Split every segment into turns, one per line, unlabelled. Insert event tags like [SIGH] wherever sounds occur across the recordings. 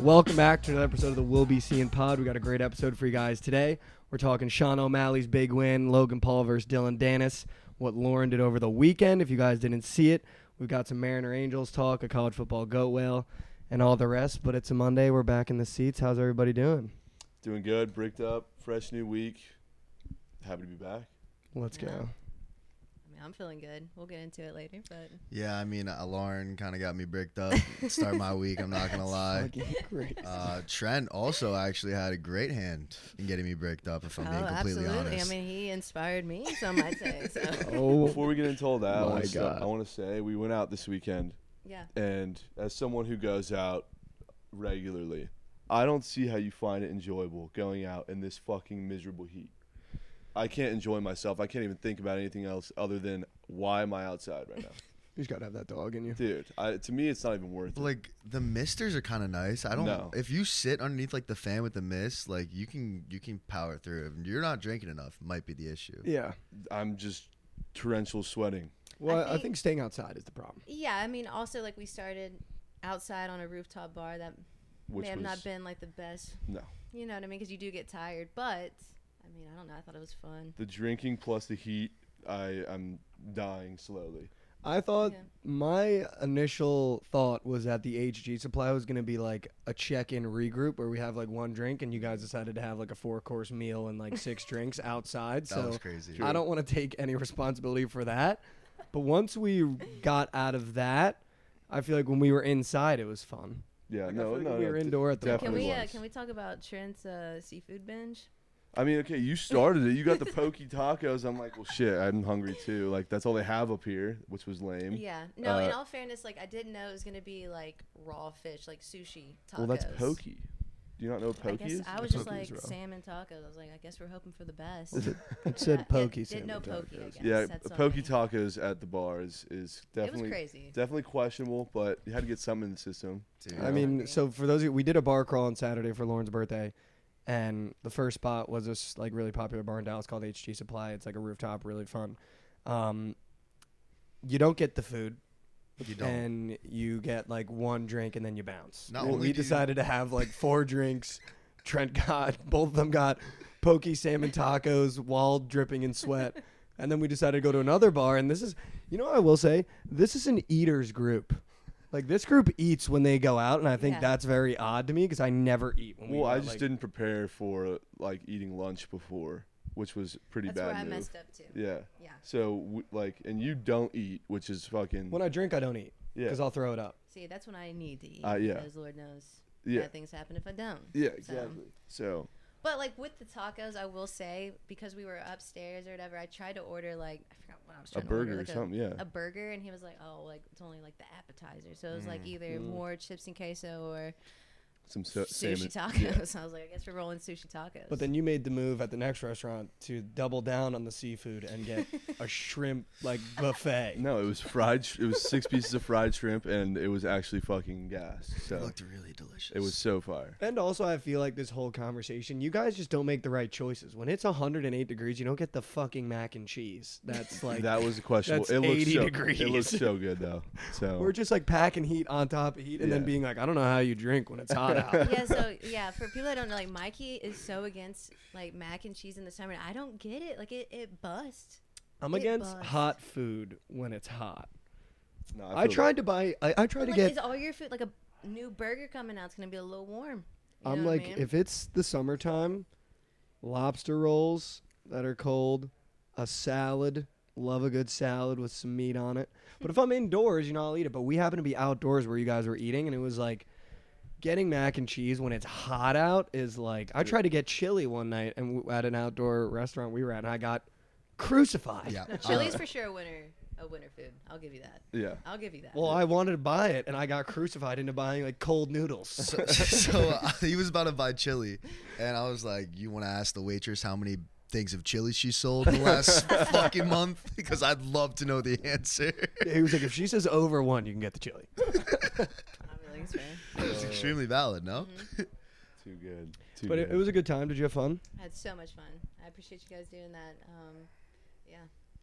Welcome back to another episode of the Will Be Seeing Pod. We got a great episode for you guys today. We're talking Sean O'Malley's big win, Logan Paul versus Dylan Dennis, what Lauren did over the weekend. If you guys didn't see it, we've got some Mariner Angels talk, a college football goat whale, and all the rest. But it's a Monday. We're back in the seats. How's everybody doing?
Doing good, bricked up, fresh new week. Happy to be back.
Let's go.
I mean, I'm feeling good. We'll get into it later, but
Yeah, I mean, uh, Lauren kind of got me bricked up. Start my week. I'm
[LAUGHS]
not gonna lie.
Fucking [LAUGHS] great.
Uh, Trent also actually had a great hand in getting me bricked up. If I'm being
oh,
completely
absolutely.
honest,
I mean, he inspired me, some might say. So [LAUGHS]
Oh,
[LAUGHS]
Before we get into all that, I
My
wanna say-
God.
I want to say we went out this weekend,
yeah,
and as someone who goes out regularly, I don't see how you find it enjoyable going out in this fucking miserable heat. I can't enjoy myself. I can't even think about anything else other than why am I outside
[LAUGHS]
right now,
you just got to have that dog in you.
dude? I, to me, it's not even worth
But,
it.
like the misters are kind of nice. I don't.
No.
If you sit underneath like the fan with the mist, like you can you can power through. If you're not drinking enough, might be the issue.
Yeah.
I'm just torrential sweating.
Well, I think,
think-
staying outside is the problem.
yeah. I mean, also like we started outside on a rooftop bar that
Which
may have
was,
not been like the best.
No.
You know what I mean? Because you do get tired, but I mean, I don't know. I thought it was fun.
the drinking plus the heat. I I'm dying slowly.
I thought
Yeah.
my initial thought was that the HG supply was going to be like a check-in regroup where we have like one drink and you guys decided to have like a four-course meal and like
[LAUGHS]
six drinks outside.
That
so
was crazy.
I don't want to take any responsibility for that. But once we got out of that, I feel like when we were inside it was fun.
Yeah,
Like, I
no,
feel like
no,
we
no,
were
d-
indoor at the moment.
Can
definitely
we uh,
was.
can we talk about Trent's uh, seafood binge?
I mean, okay, you started it. You
[LAUGHS]
got the pokey tacos. I'm like, well, shit, I'm hungry too. Like that's all they have up here, which was lame.
Yeah. No. in
Uh,
all fairness, like I didn't know it was gonna be like raw fish, like sushi tacos.
Well, that's pokey. Do you not know what
I
pokey
guess
is?
I
Yeah,
was just
pokey
like
is raw.
salmon tacos. I was like, I guess we're hoping for the best.
It said
Yeah,
pokey
Did know
sandwich.
pokey, I guess.
yeah,
That's on
pokey
me.
tacos at the bar is, is
It was
definitely
crazy.
definitely questionable, but you had to get something in the system.
Dude.
I mean, so for those of you, we did a bar crawl on Saturday for Lauren's birthday, and the first spot was this like really popular bar in Dallas called HG Supply. It's like a rooftop, really fun. Um, you don't get the food,
you don't.
and you get like one drink, and then you bounce.
Not
Well,
only
we
do you-
decided to have like four drinks. Trent got both of them got pokey salmon tacos while dripping in sweat. And then we decided to go to another bar, and this is, you know, what I will say, this is an eaters group. Like this group eats when they go out, and I think
Yeah.
that's very odd to me because I never eat. When we
well,
go
I
out,
just
like-
didn't prepare for like eating lunch before, which was pretty
That's
bad.
where I
move.
messed up too.
Yeah.
Yeah.
So w- like, and you don't eat, which is fucking
When I drink, I don't eat
yeah,
because I'll throw it up.
See, that's when I need to eat.
Uh, yeah.
Because Lord knows
yeah,
bad things happen if I don't.
yeah,
So-
exactly. So,
But like with the tacos, I will say because we were upstairs or whatever, I tried to order like I forgot what I was
a
trying to
burger
order,
or
like
something, yeah.
A burger, and he was like, "Oh, like it's only like the appetizer." So it was like either
Mm.
more chips and queso or
Some so- salmon.
sushi tacos. [LAUGHS] I was like, "I guess we're rolling sushi tacos."
But then you made the move at the next restaurant to double down on the seafood and get a shrimp like buffet.
No, it was fried. sh- It was six pieces of fried shrimp, and it was actually fucking gas.
it
So
looked really delicious.
it was so fire.
And also, I feel like this whole conversation, you guys just don't make the right choices. When it's 108 degrees, you don't get the fucking mac and cheese.
[LAUGHS]
That's like
that was questionable.
that's
it looked
80
so, It
degrees.
looked so good though. So
We're just like packing heat on top of heat, and then
Yeah.
being like, I don't know how you drink when it's
[LAUGHS]
hot out.
yeah, so yeah, for people that don't know, like Mikey is so against like mac and cheese in the summer. and I don't get it. Like it, it busts.
I'm
It
against
busts.
hot food when it's hot.
No,
I,
feel
tried to buy. I, I tried to
But, like,
get.
is all your food like a new burger coming out? It's gonna be a little warm. You
I'm
know what
like,
I mean?
if it's the summertime, lobster rolls that are cold, a salad. Love a good salad with some meat on it. But
[LAUGHS]
if I'm indoors, you know, I'll eat it. But we happen to be outdoors where you guys were eating, and it was like getting mac and cheese when it's hot out is like. I tried to get chili one night and w- at an outdoor restaurant we were at, and I got crucified.
Yeah.
chili's
uh,
for sure a winter, a winter food. I'll give you that.
Yeah.
I'll give you
[LAUGHS]
that.
Well, I wanted to buy it, and I got crucified into buying like cold noodles.
[LAUGHS]
so so uh, he was about to buy chili, and I was like, "You want to ask the waitress how many things of chili she sold in
[LAUGHS]
the last fucking month? [LAUGHS] Because I'd love to know the answer."
he was like, "If she says over one, you can get the chili."
I'm really sorry.
It's extremely valid, no?
Mm-hmm.
Too good. Too
But
good.
it, it was a good time. Did you have fun?
I had so much fun. I appreciate you guys doing that. Um, yeah.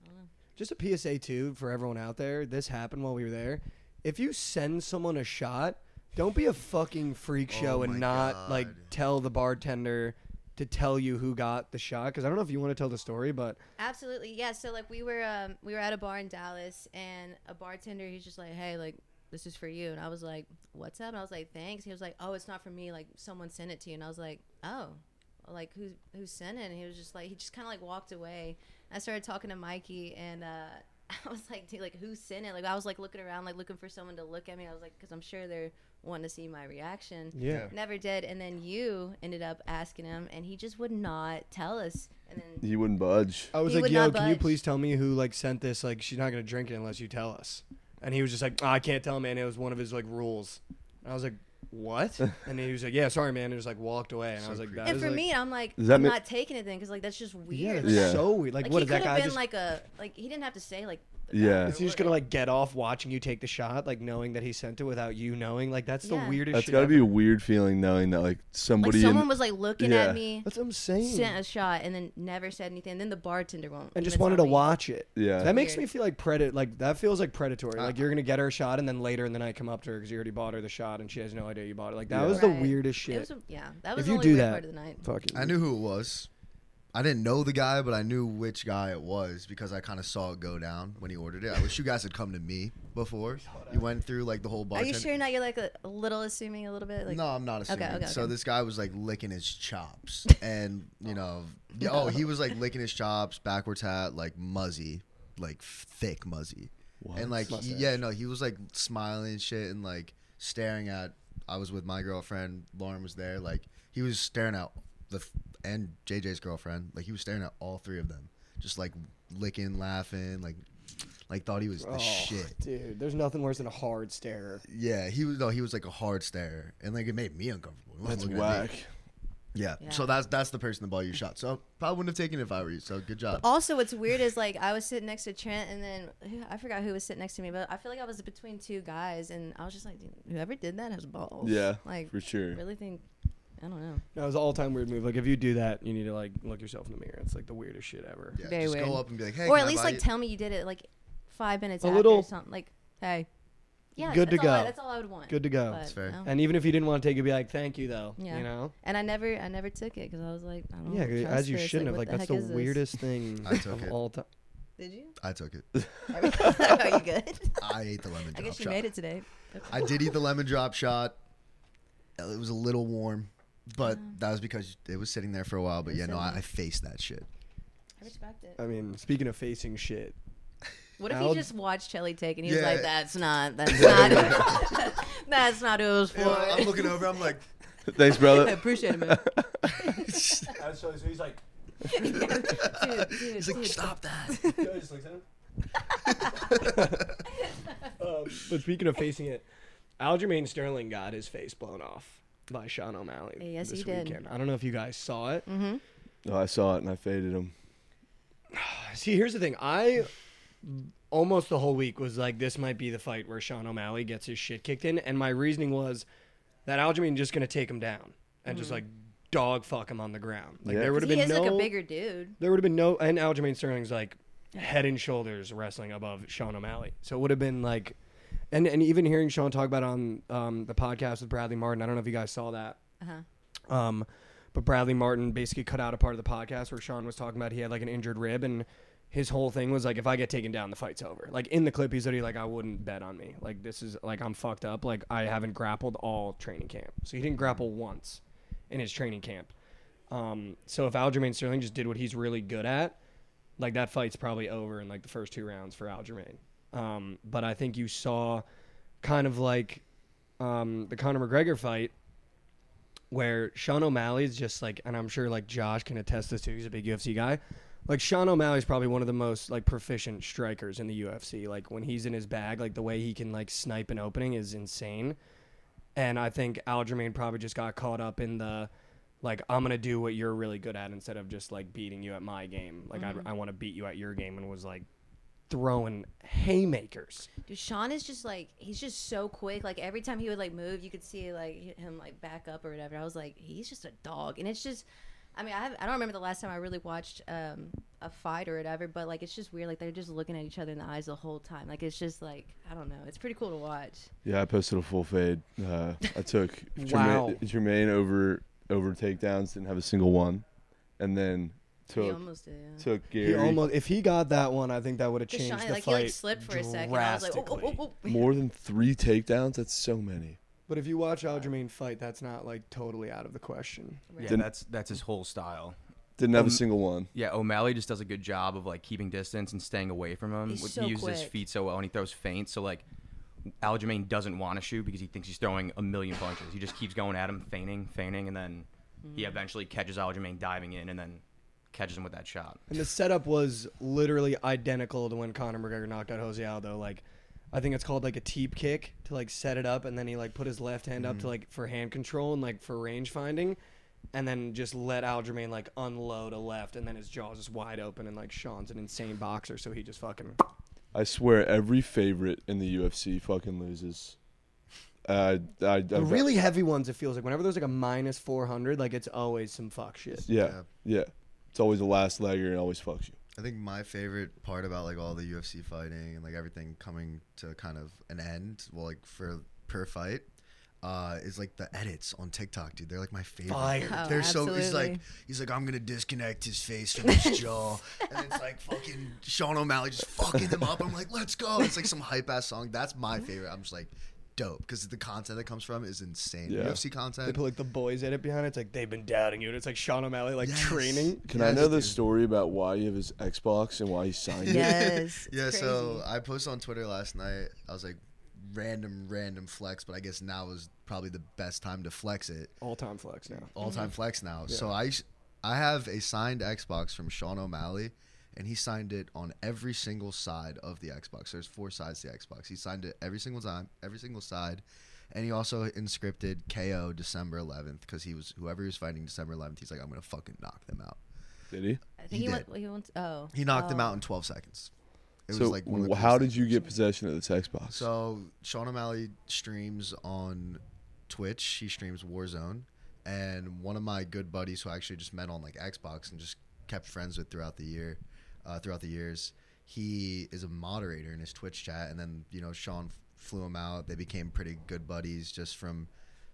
I don't know.
Just a PSA too for everyone out there. This happened while we were there. If you send someone a shot, Don't be a fucking freak
Oh
show and
my
not
God.
like tell the bartender to tell you who got the shot. Because I don't know if you want to tell the story, but
Absolutely, yeah. So like we were um, we were at a bar in Dallas, and a bartender he's just like, hey, like this is for you, and I was like, what's up? And I was like, thanks. He was like, oh, it's not for me. Like someone sent it to you, and I was like, oh, like who who sent it? And he was just like, he just kind of like walked away. I started talking to Mikey, and uh, [LAUGHS] I was like, dude, like who sent it? Like I was like looking around, like looking for someone to look at me. I was like, because I'm sure they're wanting to see my reaction.
yeah.
Never did, and then you ended up asking him, and he just would not tell us. And then
He wouldn't budge.
I was
He
like,
would
yo,
not
can you
budge.
please tell me who like sent this? Like, she's not gonna drink it unless you tell us. And he was just like, "Ah, I can't tell, man. It was one of his like rules. And I was like, what? and he was like, yeah, sorry, man. And just like walked away. And I
So
was like,
creepy.
that
And
is,
for
like-
me, I'm like,
Does that
I'm
make-
not taking anything because like that's just
yeah,
weird.
that's
Yeah.
Like,
so weird. Like,
like,
what
he
is that
could have
guy
been
just?
like a like he didn't have to say like. the
Yeah.
guy
is he just
or
gonna
what.
like get off watching you take the shot, like knowing that he sent it without you knowing? Like, that's the
Yeah.
weirdest.
That's
shit
got to
ever.
be a weird feeling knowing that like
like
somebody in-
someone was like looking
Yeah.
at me,
That's what I'm saying.
sent a shot, and then never said anything. And then the bartender won't.
and just
even
wanted
tell
to
me.
watch it.
Yeah.
that makes me
Weird.
feel like predat. Like that feels like predatory. like you're gonna get her a shot, and then later in the night come up to her because you already bought her the shot, and she has no idea you bought it. Like that
Yeah.
was the
Right.
weirdest
It
shit.
was a- yeah, that was
if
the
you
only
do
weird
that,
part of the night.
fucking.
I knew who it was. I didn't know the guy, but I knew which guy it was because I kind of saw it go down when he ordered it. I wish you guys had come to me before. You went through like the whole
Are
bartender.
you sure not? You're like a, a little assuming a little bit. Like,
no, I'm not assuming.
okay,
So
okay.
this guy was like licking
[LAUGHS]
his chops, and you know, yeah, oh, he was like licking his chops, backwards hat, like muzzy, like thick muzzy, and like
Mustache.
yeah, no, he was like smiling and shit, and like staring at. I was with my girlfriend, Lauren was there, like he was staring at the f- and JJ's girlfriend, like he was staring at all three of them, just like licking, laughing, like like thought he was the
Oh,
shit.
dude. There's nothing worse than a hard starer.
Yeah, he was no, he was like a hard starer, and like it made me uncomfortable. He wasn't
That's
looking at me.
whack.
Yeah.
Yeah.
So that's that's the person that bought you shot. So probably wouldn't have taken it if I were you. So good job.
also what's weird is like i was sitting next to trent and then who- i forgot who was sitting next to me but i feel like i was between two guys and i was just like Dude, whoever did that has balls
Yeah,
like
for sure.
really think i don't know
That was an all-time weird move. Like if you do that, you need to like look yourself in the mirror. It's like the weirdest shit ever.
yeah,
very
just
weird.
go up and be like, hey,
or
can
at
I
least
buy
like
you-
tell me you did it like five minutes
A
after
little-
or something like hey yeah
Good to
that's all I-
go.
that's all i would want
Good to go.
But,
That's fair.
no.
And even if you didn't want to take it, be like, thank you though.
Yeah.
You know.
and i never i never took it because i was like i don't
Yeah,
trust
as you
this.
shouldn't have.
what
Like
heck
that's
is
the
this?
weirdest thing
[LAUGHS] I took
of
it.
all time.
did you [LAUGHS]
I took it.
are you good
[LAUGHS] I ate the lemon
i
drop
guess you
shot.
made it today
I did eat the lemon drop shot. Uh, It was a little warm, but that was because it was sitting there for a while. But yeah, no, I, I faced
[LAUGHS]
that shit.
i respect it
I mean, speaking of facing [LAUGHS] shit,
What if
Uh, I'll-
he just watched Chelly take and he was
Yeah.
like, "That's not, that's not, [LAUGHS] that's not who it was for."
I'm looking over. I'm like,
[LAUGHS] Thanks,
I
brother.
[LAUGHS] appreciate it, man.
[LAUGHS]
Uh, so he's like, [LAUGHS]
Dude, dude,
he's like,
dude.
stop that.
[LAUGHS] um, but speaking of facing it, Aljamain Sterling got his face blown off by Sean O'Malley.
Yes,
this
he did.
weekend. I don't know if you guys saw it.
No, Oh, I saw it and I faded him.
See, here's the thing. I almost the whole week was like, this might be the fight where Sean O'Malley gets his shit kicked in, and my reasoning was that Aljamain just gonna take him down and just like dog fuck him on the ground. Like
Yeah.
there would have
He
been
is
no
like a bigger dude.
there would have been no and Aljamain Sterling's like head and shoulders wrestling above Sean O'Malley. So it would have been like and and even hearing Sean talk about it on um, the podcast with Bradley Martin, I don't know if you guys saw that.
Uh-huh.
Um, but Bradley Martin basically cut out a part of the podcast where Sean was talking about he had like an injured rib and his whole thing was like if I get taken down the fight's over. Like in the clip he's already like I wouldn't bet on me. Like this is like I'm fucked up. Like I haven't grappled all training camp. So he didn't grapple once in his training camp. Um, so if Aljamain Sterling just did what he's really good at, like that fight's probably over in like the first two rounds for Aljamain. Um, but I think you saw kind of like um, the Conor McGregor fight where Sean O'Malley is just like, and I'm sure like Josh can attest this too. He's a big UFC guy. Like Sean O'Malley is probably one of the most like proficient strikers in the UFC. Like when he's in his bag, like the way he can like snipe an opening is insane. And I think Aljamain probably just got caught up in the like I'm gonna do what you're really good at instead of just like beating you at my game. Like
Mm-hmm.
I, I want to beat you at your game, and was like throwing haymakers.
Dude, Sean is just like he's just so quick. Like every time he would like move, you could see like him like back up or whatever. I was like, he's just a dog, and it's just. I mean, I, have, I don't remember the last time I really watched um, a fight or whatever, but like it's just weird. Like they're just looking at each other in the eyes the whole time. Like it's just like I don't know. It's pretty cool to watch.
Yeah, I posted a full fade. Uh, I
[LAUGHS]
took
Wow.
Jermaine, Jermaine over over takedowns, didn't have a single one, and then
he
took
almost did. Yeah.
took Gary
He almost if he got that one, I think that would have
Just
changed
shine-
the
like
fight.
he like slipped for a second. I was like, oh, oh,
drastically.
[LAUGHS] oh, oh.
more than three takedowns. That's so many.
But if you watch Aljamain fight, that's not like totally out of the question.
Right.
Yeah,
Didn't-
that's that's his whole style.
Didn't have a
Um,
single one.
Yeah, O'Malley just does a good job of like keeping distance and staying away from him.
He's
With-
so
he uses his
quick.
feet so well, and he throws feints. So like, Aljamain doesn't want to shoot because he thinks he's throwing a million punches. He just keeps going at him, feigning, feigning, and then he
Mm-hmm.
eventually catches Aljamain diving in, and then catches him with that shot.
And the setup was literally identical to when Conor McGregor knocked out Jose Aldo. Like, I think it's called like a teep kick to like set it up, and then he like put his left hand up to like for hand control and like for range finding, and then just let Aljamain like unload a left, and then his jaw's just wide open, and like Sean's an insane boxer, so he just fucking.
I swear, every favorite in the UFC fucking loses. Uh, I, I,
The really heavy ones, it feels like whenever there's like a minus four hundred, like it's always some fuck shit.
yeah, yeah. It's always the last legger and always fucks you.
I think my favorite part about like all the UFC fighting and like everything coming to kind of an end, well, like for per fight, uh, is like the edits on TikTok, dude. They're like my favorite.
Fire.
Oh,
They're so he's like
absolutely.
he's like I'm gonna disconnect his face
[LAUGHS]
from his jaw, and it's like fucking Sean O'Malley just fucking him up. I'm like, let's go. It's like some hype ass song. That's my favorite. I'm just like. Dope, because the content that comes from is insane.
Yeah.
UFC
They
content.
put like the boys edit behind it. It's like they've been doubting you, and it's like Sean O'Malley like
Yes.
training.
Can I
Yes,
know the
dude.
story about why you have his Xbox and why he signed it?
Yes.
yeah,
It's
so
crazy.
I posted on Twitter last night. I was like, random, random flex, but I guess now is probably the best time to flex it.
All time flex now.
All
Mm-hmm.
time flex now. So I, s- I have a signed Xbox from Sean O'Malley, and he signed it on every single side of the Xbox. There's four sides to the Xbox. He signed it every single time, every single side. And he also inscripted KO December 11th because he was whoever he was fighting December 11th. He's like, I'm gonna fucking knock them out.
Did he?
I think
he
he,
did.
went. He went. Oh.
He knocked
oh.
them out in 12 seconds. It
so
was like one of the
wh- how did
coolest
you
things.
get possession of this Xbox?
So Sean O'Malley streams on Twitch. He streams Warzone, and one of my good buddies who I actually just met on like Xbox and just kept friends with throughout the year, uh, throughout the years. He is a moderator in his Twitch chat, and then you know Sean f- flew him out. They became pretty good buddies just from,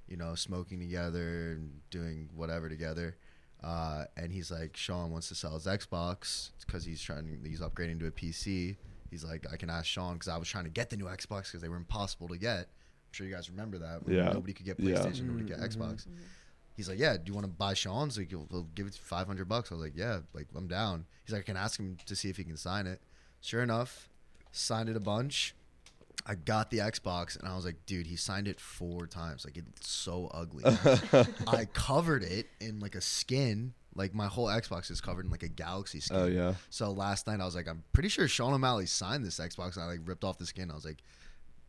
you know, smoking together and doing whatever together. Uh, and he's like, Sean wants to sell his Xbox because he's trying, he's upgrading to a PC. He's like, I can ask Sean because I was trying to get the new Xbox because they were impossible to get. I'm sure you guys remember that. When
Yeah.
Nobody could get
Yeah.
PlayStation, nobody could get Xbox. He's like, yeah, do you want to buy Sean's? Like, he'll, he'll give it 500 bucks. I was like, yeah, like I'm down. He's like, I can ask him to see if he can sign it. Sure enough, signed it a bunch. I got the Xbox and I was like, dude, he signed it four times. Like it's so ugly.
[LAUGHS]
I covered it in like a skin. Like my whole Xbox is covered in like a galaxy skin.
[LAUGHS] oh yeah.
So last night I was like, I'm pretty sure Sean O'Malley signed this Xbox and I like ripped off the skin. I was like,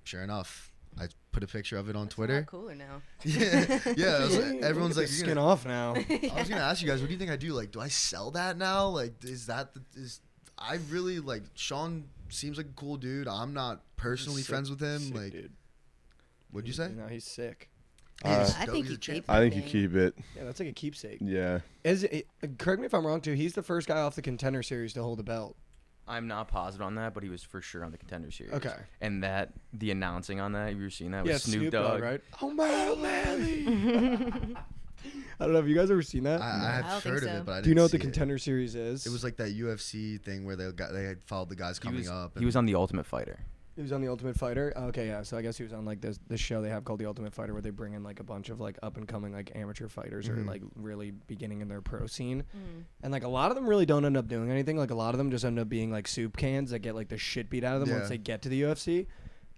sure enough. I put a picture of it on
That's a lot
Twitter.
Cooler now.
[LAUGHS] Yeah. Yeah. I was
[LAUGHS]
like-
Look at
everyone's
the
like,
skin
"You're gonna-"
off [LAUGHS] now.
I was gonna ask you guys, what do you think I do? Like, do I sell that now? Like, is that the, is I really like Sean seems like a cool dude. I'm not personally
Sick-
friends with him.
sick
like, eh.
dude.
what'd you say?
No, he's sick.
Uh,
He's
I
dope.
think
He's
he
a champ.
keep-
I think you
Thing.
keep it.
Yeah, that's like a keepsake.
Yeah.
Is it, correct me if I'm wrong too. He's the first guy off the contender series to hold a belt.
I'm not positive on that, but he was for sure on the contender series.
Okay.
And that the announcing on that, you were seeing that
yeah,
was Snoop, Dogg.
right? Oh [LAUGHS] I don't know if you guys ever seen that.
I, I
I
have
don't think
heard of
so.
it, but I didn't
Do you know what the
see it.
contender series is?
It was like that UFC thing where they got they had followed the guys
He
coming
was,
up.
he was on the Ultimate Fighter.
He was on the Ultimate Fighter. Oh, Okay, yeah. So I guess he was on like this this show they have called the Ultimate Fighter, where they bring in like a bunch of like up and coming like amateur fighters or like really beginning in their pro scene, and like a lot of them really don't end up doing anything. Like a lot of them just end up being like soup cans that get like the shit beat out of them
Yeah.
once they get to the UFC.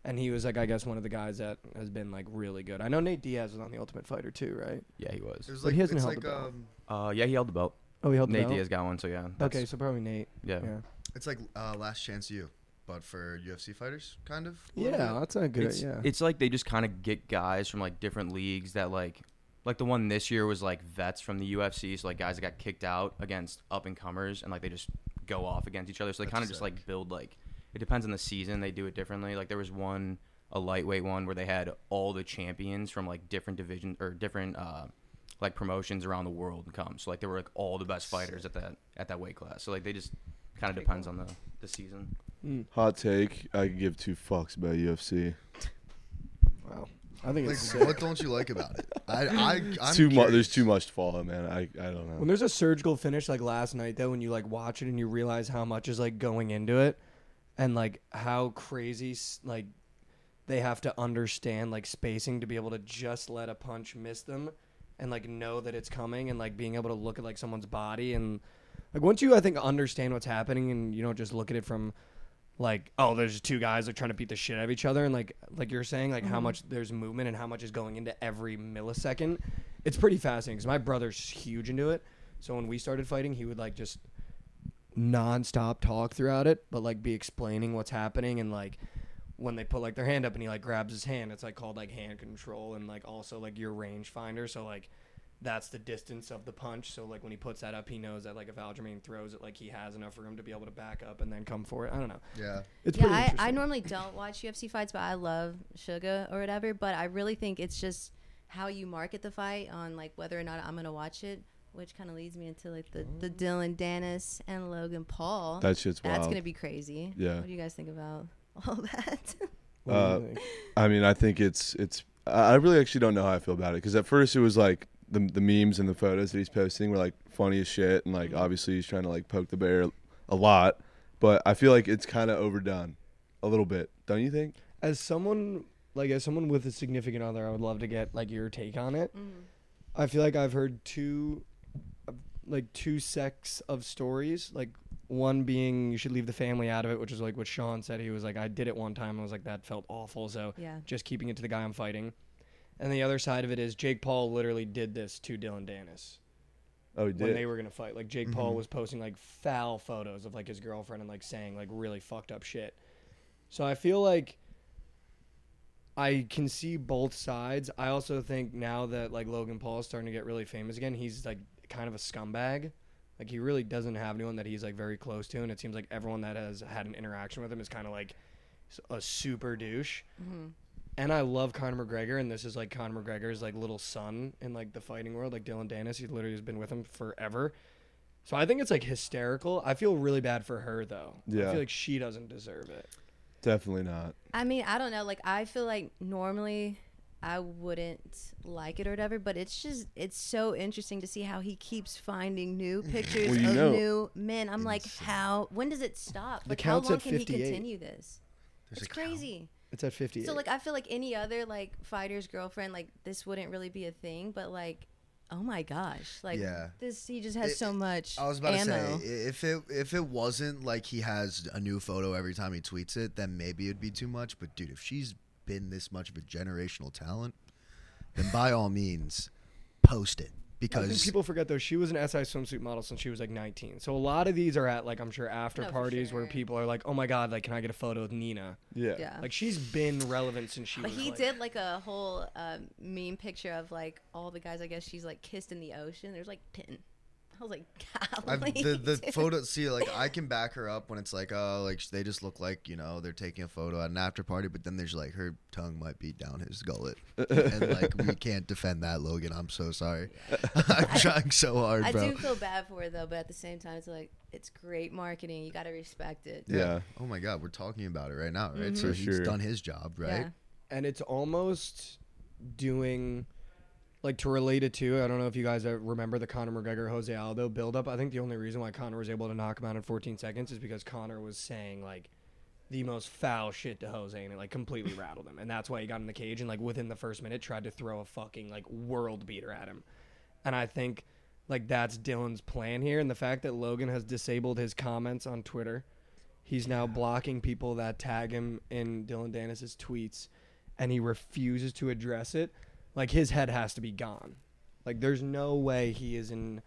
And he was like, I guess one of the guys that has been like really good. I know Nate Diaz was on the Ultimate Fighter too, right?
Yeah, he was.
It was
but
like,
he hasn't
it's
held
like
the belt.
um,
Uh, yeah, he held the belt.
Oh, he helped
Nate
out.
Diaz got one, so yeah. that's-
Okay, so probably Nate.
Yeah.
Yeah,
it's like uh, Last Chance U, but for UFC fighters, kind of. a
yeah,
little bit.
that's a good.
it's,
yeah,
it's like they just kind of get guys from like different leagues that like like the one this year was like vets from the UFC, so like guys that got kicked out against up and comers and like they just go off against each other. So they
That's
kind of just
sick.
like build like it depends on the season, they do it differently. Like there was one a lightweight one where they had all the champions from like different divisions or different uh like promotions around the world and come. So like they were like all the best fighters at that at that weight class. So like they just kind of depends on the the season.
Hot take. I could give two fucks about UFC.
Wow. I think
Like,
it's sick.
what don't you like about it? I, I,
[LAUGHS]
I'm
too much.
curious.
There's too much to follow, man. I, I don't know.
When there's a surgical finish like last night though, when you like watch it and you realize how much is like going into it, and like how crazy s- like they have to understand like spacing to be able to just let a punch miss them, and like know that it's coming, and like being able to look at like someone's body and like once you I think understand what's happening and you don't just look at it from like oh there's two guys like trying to beat the shit out of each other and like like you're saying like how much there's movement and how much is going into every millisecond it's pretty fascinating because my brother's huge into it so when we started fighting he would like just nonstop talk throughout it but like be explaining what's happening and like when they put like their hand up and he like grabs his hand it's like called like hand control and like also like your range finder so like that's the distance of the punch. So like when he puts that up, he knows that like if Aljamain throws it, like he has enough room to be able to back up and then come for it. I don't know.
Yeah.
It's
yeah,
pretty
I,
interesting.
I normally don't watch UFC fights, but I love Suga or whatever. But I really think it's just how you market the fight on like whether or not I'm gonna watch it, which kind of leads me into like the, the Dylan Dennis and Logan Paul.
that shit's wild.
That's gonna be crazy.
Yeah.
What do you guys think about all [LAUGHS] that?
What do you
uh,
think?
I mean, I think it's it's. I I really actually don't know how I feel about it because at first it was like the the memes and the photos that he's posting were like funny as shit and like
Mm-hmm.
obviously he's trying to like poke the bear a lot, but I feel like it's kind of overdone, a little bit. Don't you think?
as someone like as someone with a significant other, I would love to get like your take on it. I feel like I've heard two uh, like two sects of stories. Like one being you should leave the family out of it, which is like what Sean said. He was like, I did it one time and was like that felt awful, so
Yeah.
just keeping it to the guy I'm fighting. And the other side of it is Jake Paul literally did this to Dylan Dennis.
Oh, he
when
did. Mm-hmm.
they were gonna fight. Like Jake Paul was posting like foul photos of like his girlfriend and like saying like really fucked up shit. So I feel like I can see both sides. I also think now that like Logan Paul is starting to get really famous again, he's like kind of a scumbag. Like he really doesn't have anyone that he's like very close to, and it seems like everyone that has had an interaction with him is kind of like s- a super douche.
Mm-hmm.
And I love Conor McGregor, and this is like Conor McGregor's like little son in like the fighting world. Like Dylan Dennis, he literally has been with him forever. So I think it's like hysterical. I feel really bad for her though. I
Yeah.
feel like she doesn't deserve it.
Definitely not.
I mean, I don't know. Like, I feel like normally I wouldn't like it or whatever, but it's just it's so interesting to see how he keeps finding
[LAUGHS]
new pictures
Well, you
of
know-
new men. I'm like, how? When does it stop? Like, how
count's
long
at
can he
58.
continue this? it's
There's a count.
crazy.
It's at fifty.
So like, I feel like any other like fighter's girlfriend, like this wouldn't really be a thing, but like. Oh my gosh! Like
Yeah.
this, he just has
It-
so much.
I was about
ammo.
to say i- if it if it wasn't like he has a new photo every time he tweets it, then maybe it'd be too much. But dude, if she's been this much of a generational talent, then by all means, post it
I think
because
people forget though she was an SI swimsuit model since she was like 19. So a lot of these are at like I'm sure after
No, for
parties where
sure.
people are like, "Oh my god, like can I get a photo with Nina?"
Yeah.
yeah.
Like she's been relevant since she
But
was
he
like-
did like a whole um, meme picture of like all the guys. I guess she's like kissed in the ocean. There's like ten. I was like, [LAUGHS]
i
golly.
the the
dude.
photo. See, like I can back her up when it's like, oh, like sh- they just look like you know they're taking a photo at an after party, but then there's like her tongue might be down
[LAUGHS]
his gullet, and like we can't defend that, Logan. I'm so sorry. [LAUGHS] I'm trying so hard,
I
bro.
do feel bad for her though, but at the same time, it's like it's great marketing. You got to respect it.
Yeah.
Oh my God, we're talking about it right now, right? So
For
he's
sure.
done his job, right?
Mm-hmm. Yeah.
and it's almost doing like to relate it to. I don't know if you guys uh, remember the Conor McGregor Jose Aldo buildup. I think the only reason why Conor was able to knock him out in 14 seconds is because Conor was saying like the most foul shit to Jose and it like completely rattled him. And that's why he got in the cage and like within the first minute tried to throw a fucking like world beater at him. And I think like that's Dylan's plan here and the fact that Logan has disabled his comments on Twitter. He's now blocking people that tag him in Dylan Dennis's tweets and he refuses to address it. Like his head has to be gone. Like there's no way he is in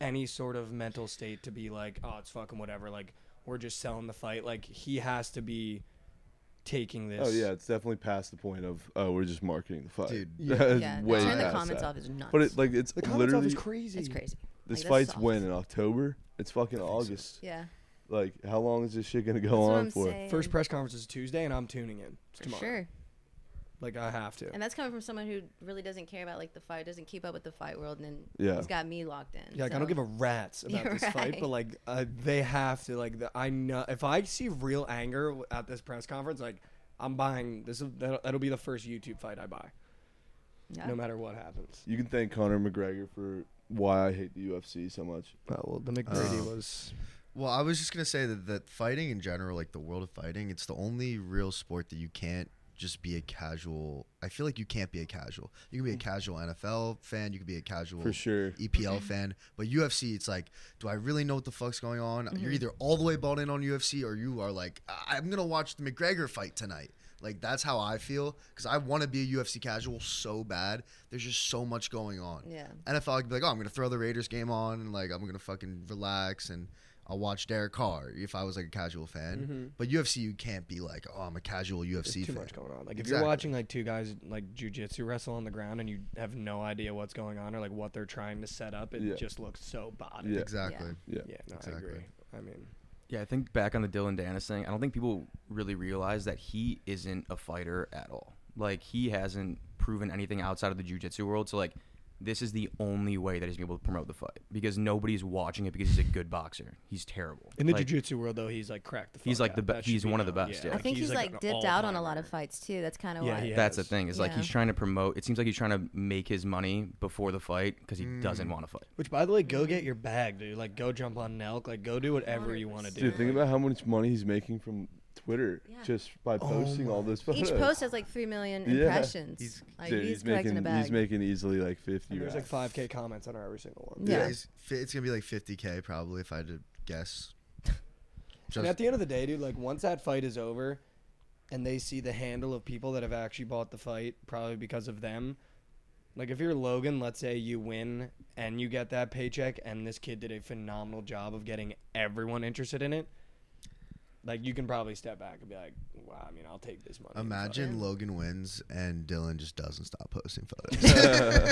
any sort of mental state to be like, oh, it's fucking whatever. Like we're just selling the fight. Like he has to be taking this.
Oh yeah, it's definitely past the point of oh we're just marketing the fight.
Dude.
[LAUGHS] Yeah.
Yeah,
Way
turn the
past
comments
that.
off is nuts.
But it like it's
The comments off
literally
is crazy.
it's crazy.
this
Like, that's
fight's
soft.
when in October. It's fucking August.
Yeah,
Like how long is this shit gonna go
that's what
on
I'm
for?
saying.
First press conference is Tuesday, and I'm tuning in. It's
For
tomorrow.
sure.
Like I have to.
And that's coming from someone who really doesn't care about like the fight, doesn't keep up with the fight world, and then
Yeah.
he's got me locked in.
Yeah, like I don't
so-
give a rat's about
[LAUGHS] You're
this fight, but
right.
like uh, they have to. Like the, I know if I see real anger w- at this press conference, like I'm buying this. will- That'll, that'll be the first YouTube fight I buy,
Yeah.
no matter what happens.
You can thank Conor McGregor for why I hate the UFC so much.
Oh, well, the McBrady
Um,
was.
Well, I was just gonna say that that fighting in general, like the world of fighting, it's the only real sport that you can't just be a casual. I feel like you can't be a casual. You
Mm.
can be a casual NFL fan. You can be a casual
For sure.
EPL E fan, but UFC, it's like, do I really know what the fuck's going on?
Mm-hmm.
You're either all the way bought in on UFC, or you are like, I- I'm gonna watch the McGregor fight tonight. Like that's how I feel because I want to be a UFC casual so bad. There's just so much going on.
Yeah.
NFL, I could be like, oh, I'm gonna throw the Raiders game on and like I'm gonna fucking relax and I'll watch Derek Carr if I was like a casual fan. But UFC, you can't be like, oh, I'm a casual
There's Mm-hmm.
UFC
too
fan.
much going on. Like if
Exactly.
you're watching like two guys like jujitsu wrestle on the ground and you have no idea what's going on or like what they're trying to set up, it
Yeah.
just looks so bad.
Yeah.
Exactly.
Yeah.
Yeah, no, I
Exactly.
agree. I mean,
Yeah, I think back on the Dylan Dennis thing, I don't think people really realize that he isn't a fighter at all. Like he hasn't proven anything outside of the jiu-jitsu world. So like this is the only way that he's gonna be able to promote the fight because nobody's watching it because he's a good boxer. He's terrible.
in the
like,
jujitsu world though, he's like cracked the.
He's,
fuck
like, the
out.
be-
That should
he's
be
one of the
known.
best,
Yeah,
yeah.
I think he's, like,
an
dipped out on a
all-timer.
lot of fights too. That's kind of
Yeah,
why.
he
That's the
has.
thing is like
Yeah.
he's trying to promote. It seems like he's trying to make his money before the fight because he doesn't
Mm.
want to fight.
Which, by the way, go get your bag, dude. Like, go jump on an elk. Like, go do whatever you want to do.
Dude, think about how much money he's making from Twitter
Yeah.
just
Oh
by posting all those photos. [LAUGHS]
Each post has like three million
Yeah.
impressions.
He's-
like,
Dude,
he's,
he's
collecting
making
a bag.
he's making easily like fifty.
And there's like
racks.
5K comments on every single one.
Yeah.
It's, it's gonna be like 50k probably if I had to
[LAUGHS]
guess.
And
Just
at the end of the day, dude, like once that fight is over, and they see the handle of people that have actually bought the fight, probably because of them. Like if you're Logan, let's say you win and you get that paycheck, and this kid did a phenomenal job of getting everyone interested in it. Like you can probably step back and be like, "Wow, I mean, I'll take this money." and fuck it."
Imagine Logan wins and Dylan just doesn't stop posting
[LAUGHS]
photos.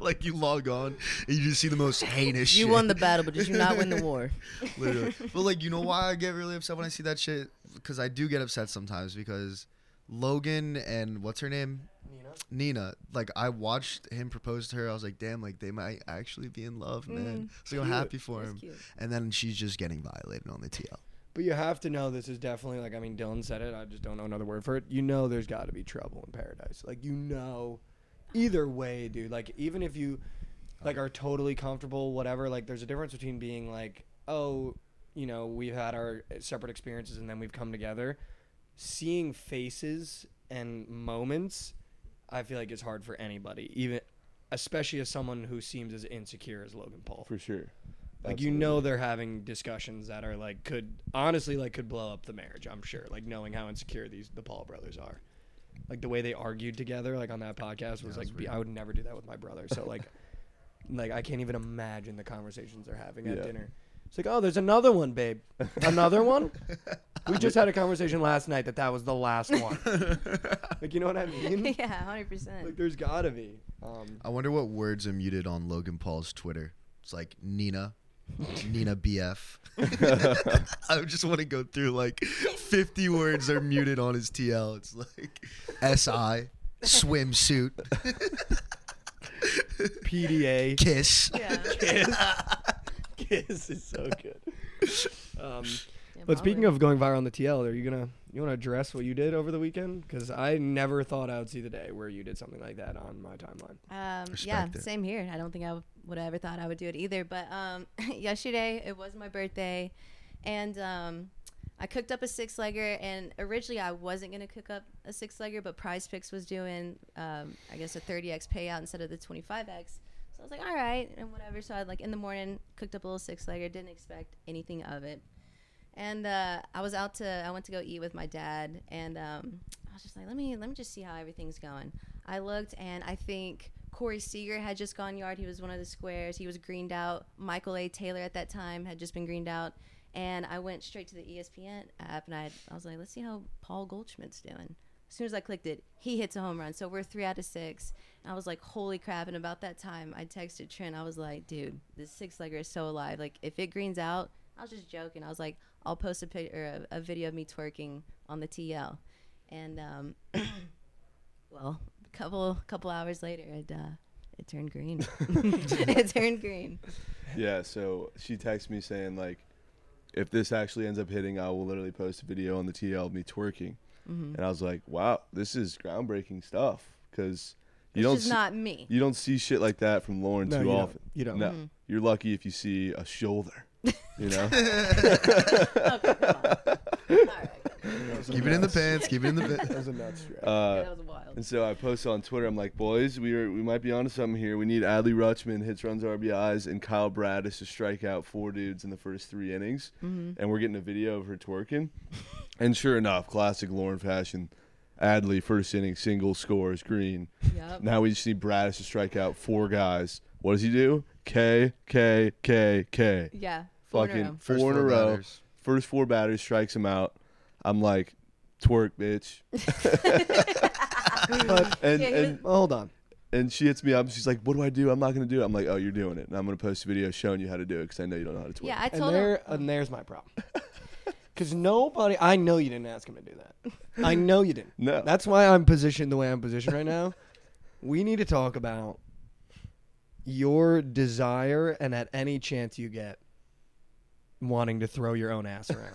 [LAUGHS] like you log on and you just see the most heinous shit.
You won the battle, but did you
[LAUGHS]
not win the war?
[LAUGHS] Literally. But like you know why I get really upset when I see that shit? Because I do get upset sometimes because Logan and what's her name?
Nina?
Nina, like I watched him propose to her, I was like, "Damn, like they might actually be in love, man." So I'm happy for
That's
him,
Mm. cute.
and then she's just getting violated on the TL.
But you have to know this is definitely like I mean Dylan said it. I just don't know another word for it. You know, there's got to be trouble in paradise. Like you know, either way, dude. Like even if you like are totally comfortable, whatever. Like there's a difference between being like, oh, you know, we've had our uh, separate experiences and then we've come together. Seeing faces and moments, I feel like is hard for anybody, even especially as someone who seems as insecure as Logan Paul.
for sure.
Like you know they're having discussions that are like could honestly like could blow up the marriage, I'm sure. Like knowing how insecure these the Paul brothers are. Like the way they argued together like on that podcast was like be, I would never do that with my brother. So like [LAUGHS] like I can't even imagine the conversations they're having at
Yeah.
dinner. It's like, "Oh, there's another one, babe. Another one?" [LAUGHS] We just had a conversation last night that that was the last [LAUGHS] one. like you know what I mean?
[LAUGHS] [LAUGHS] yeah, hundred
Like
percent.
there's got to be. Um
I wonder what words are muted on Logan Paul's Twitter. It's like Nina, Nina BF. [LAUGHS] I just want to go through like 50 words are muted on his TL. It's like SI, swimsuit,
PDA
kiss.
Yeah.
kiss. [LAUGHS] kiss is so good. Um,
Yeah,
but speaking
probably.
of going viral on the TL, are you gonna you want to address what you did over the weekend? Because I never thought I would see the day where you did something like that on my timeline.
Um, yeah,
Respect it.
same here. I don't think I w- would have ever thought I would do it either. But um, [LAUGHS] yesterday it was my birthday, and um, I cooked up a six legger. And originally I wasn't gonna cook up a six legger, but Prize Picks was doing, um, I guess, a 30x payout instead of the 25x. So I was like, all right, and whatever. So I like in the morning cooked up a little six legger. Didn't expect anything of it. And uh, I was out to I went to go eat with my dad, and um, I was just like, let me let me just see how everything's going. I looked, and I think Corey Seager had just gone yard. He was one of the squares. He was greened out. Michael A. Taylor at that time had just been greened out. And I went straight to the E ESPN app, and I I was like, let's see how Paul Goldschmidt's doing. As soon as I clicked it, he hits a home run. So we're three out of six. And I was like, holy crap. And about that time, I texted Trent. I was like, dude, this six legger is so alive. Like, if it greens out, I was just joking. I was like, I'll post a picture, a, a video of me twerking on the TL. and um, [COUGHS] well, a couple couple hours later, it uh, it turned green.
[LAUGHS]
[LAUGHS] it turned green.
Yeah, so she texted me saying like, if this actually ends up hitting, I will literally post a video on the TL of me twerking,
Mm-hmm.
and I was like, wow, this is groundbreaking stuff because you
It's
don't
just
see,
not me.
you don't see shit like that from Lauren
No,
too
you don't.
often.
You don't.
No,
Mm-hmm.
you're lucky if you see a shoulder. You
[LAUGHS]
know,
Okay, come on. All right.
Keep it in the pants. Keep it in the pants.
[LAUGHS] That was a nuts
[LAUGHS]
strap.
uh,
that was wild.
and so I posted on Twitter. I'm like, boys, we are we might be onto something here. We need Adley Rutschman hits, runs, RBIs, and Kyle Braddis to strike out four dudes in the first three innings,
Mm-hmm.
and we're getting a video of her twerking. and sure enough, classic Lauren fashion. Adley first inning single scores green.
Yep.
Now we just need Braddis to strike out four guys. What does he do? K K K K.
Yeah. four in
fucking
a row.
four,
First
in a
four
row.
batters.
First four batters strikes him out. I'm like, twerk,
[LAUGHS]
bitch.
But
And
Yeah, he
and,
well, hold on.
and she hits me up. She's like, what do I do? I'm not gonna do it. I'm like, oh, you're doing it, and I'm gonna post a video showing you how to do it because I know you don't know how to twerk.
Yeah, I
And
told him.
there, and there's my problem. Because nobody, I know you didn't ask him to do that. I know you didn't.
No.
That's why I'm positioned the way I'm positioned right now. we need to talk about your desire and at any chance you get wanting to throw your own ass
[LAUGHS]
around.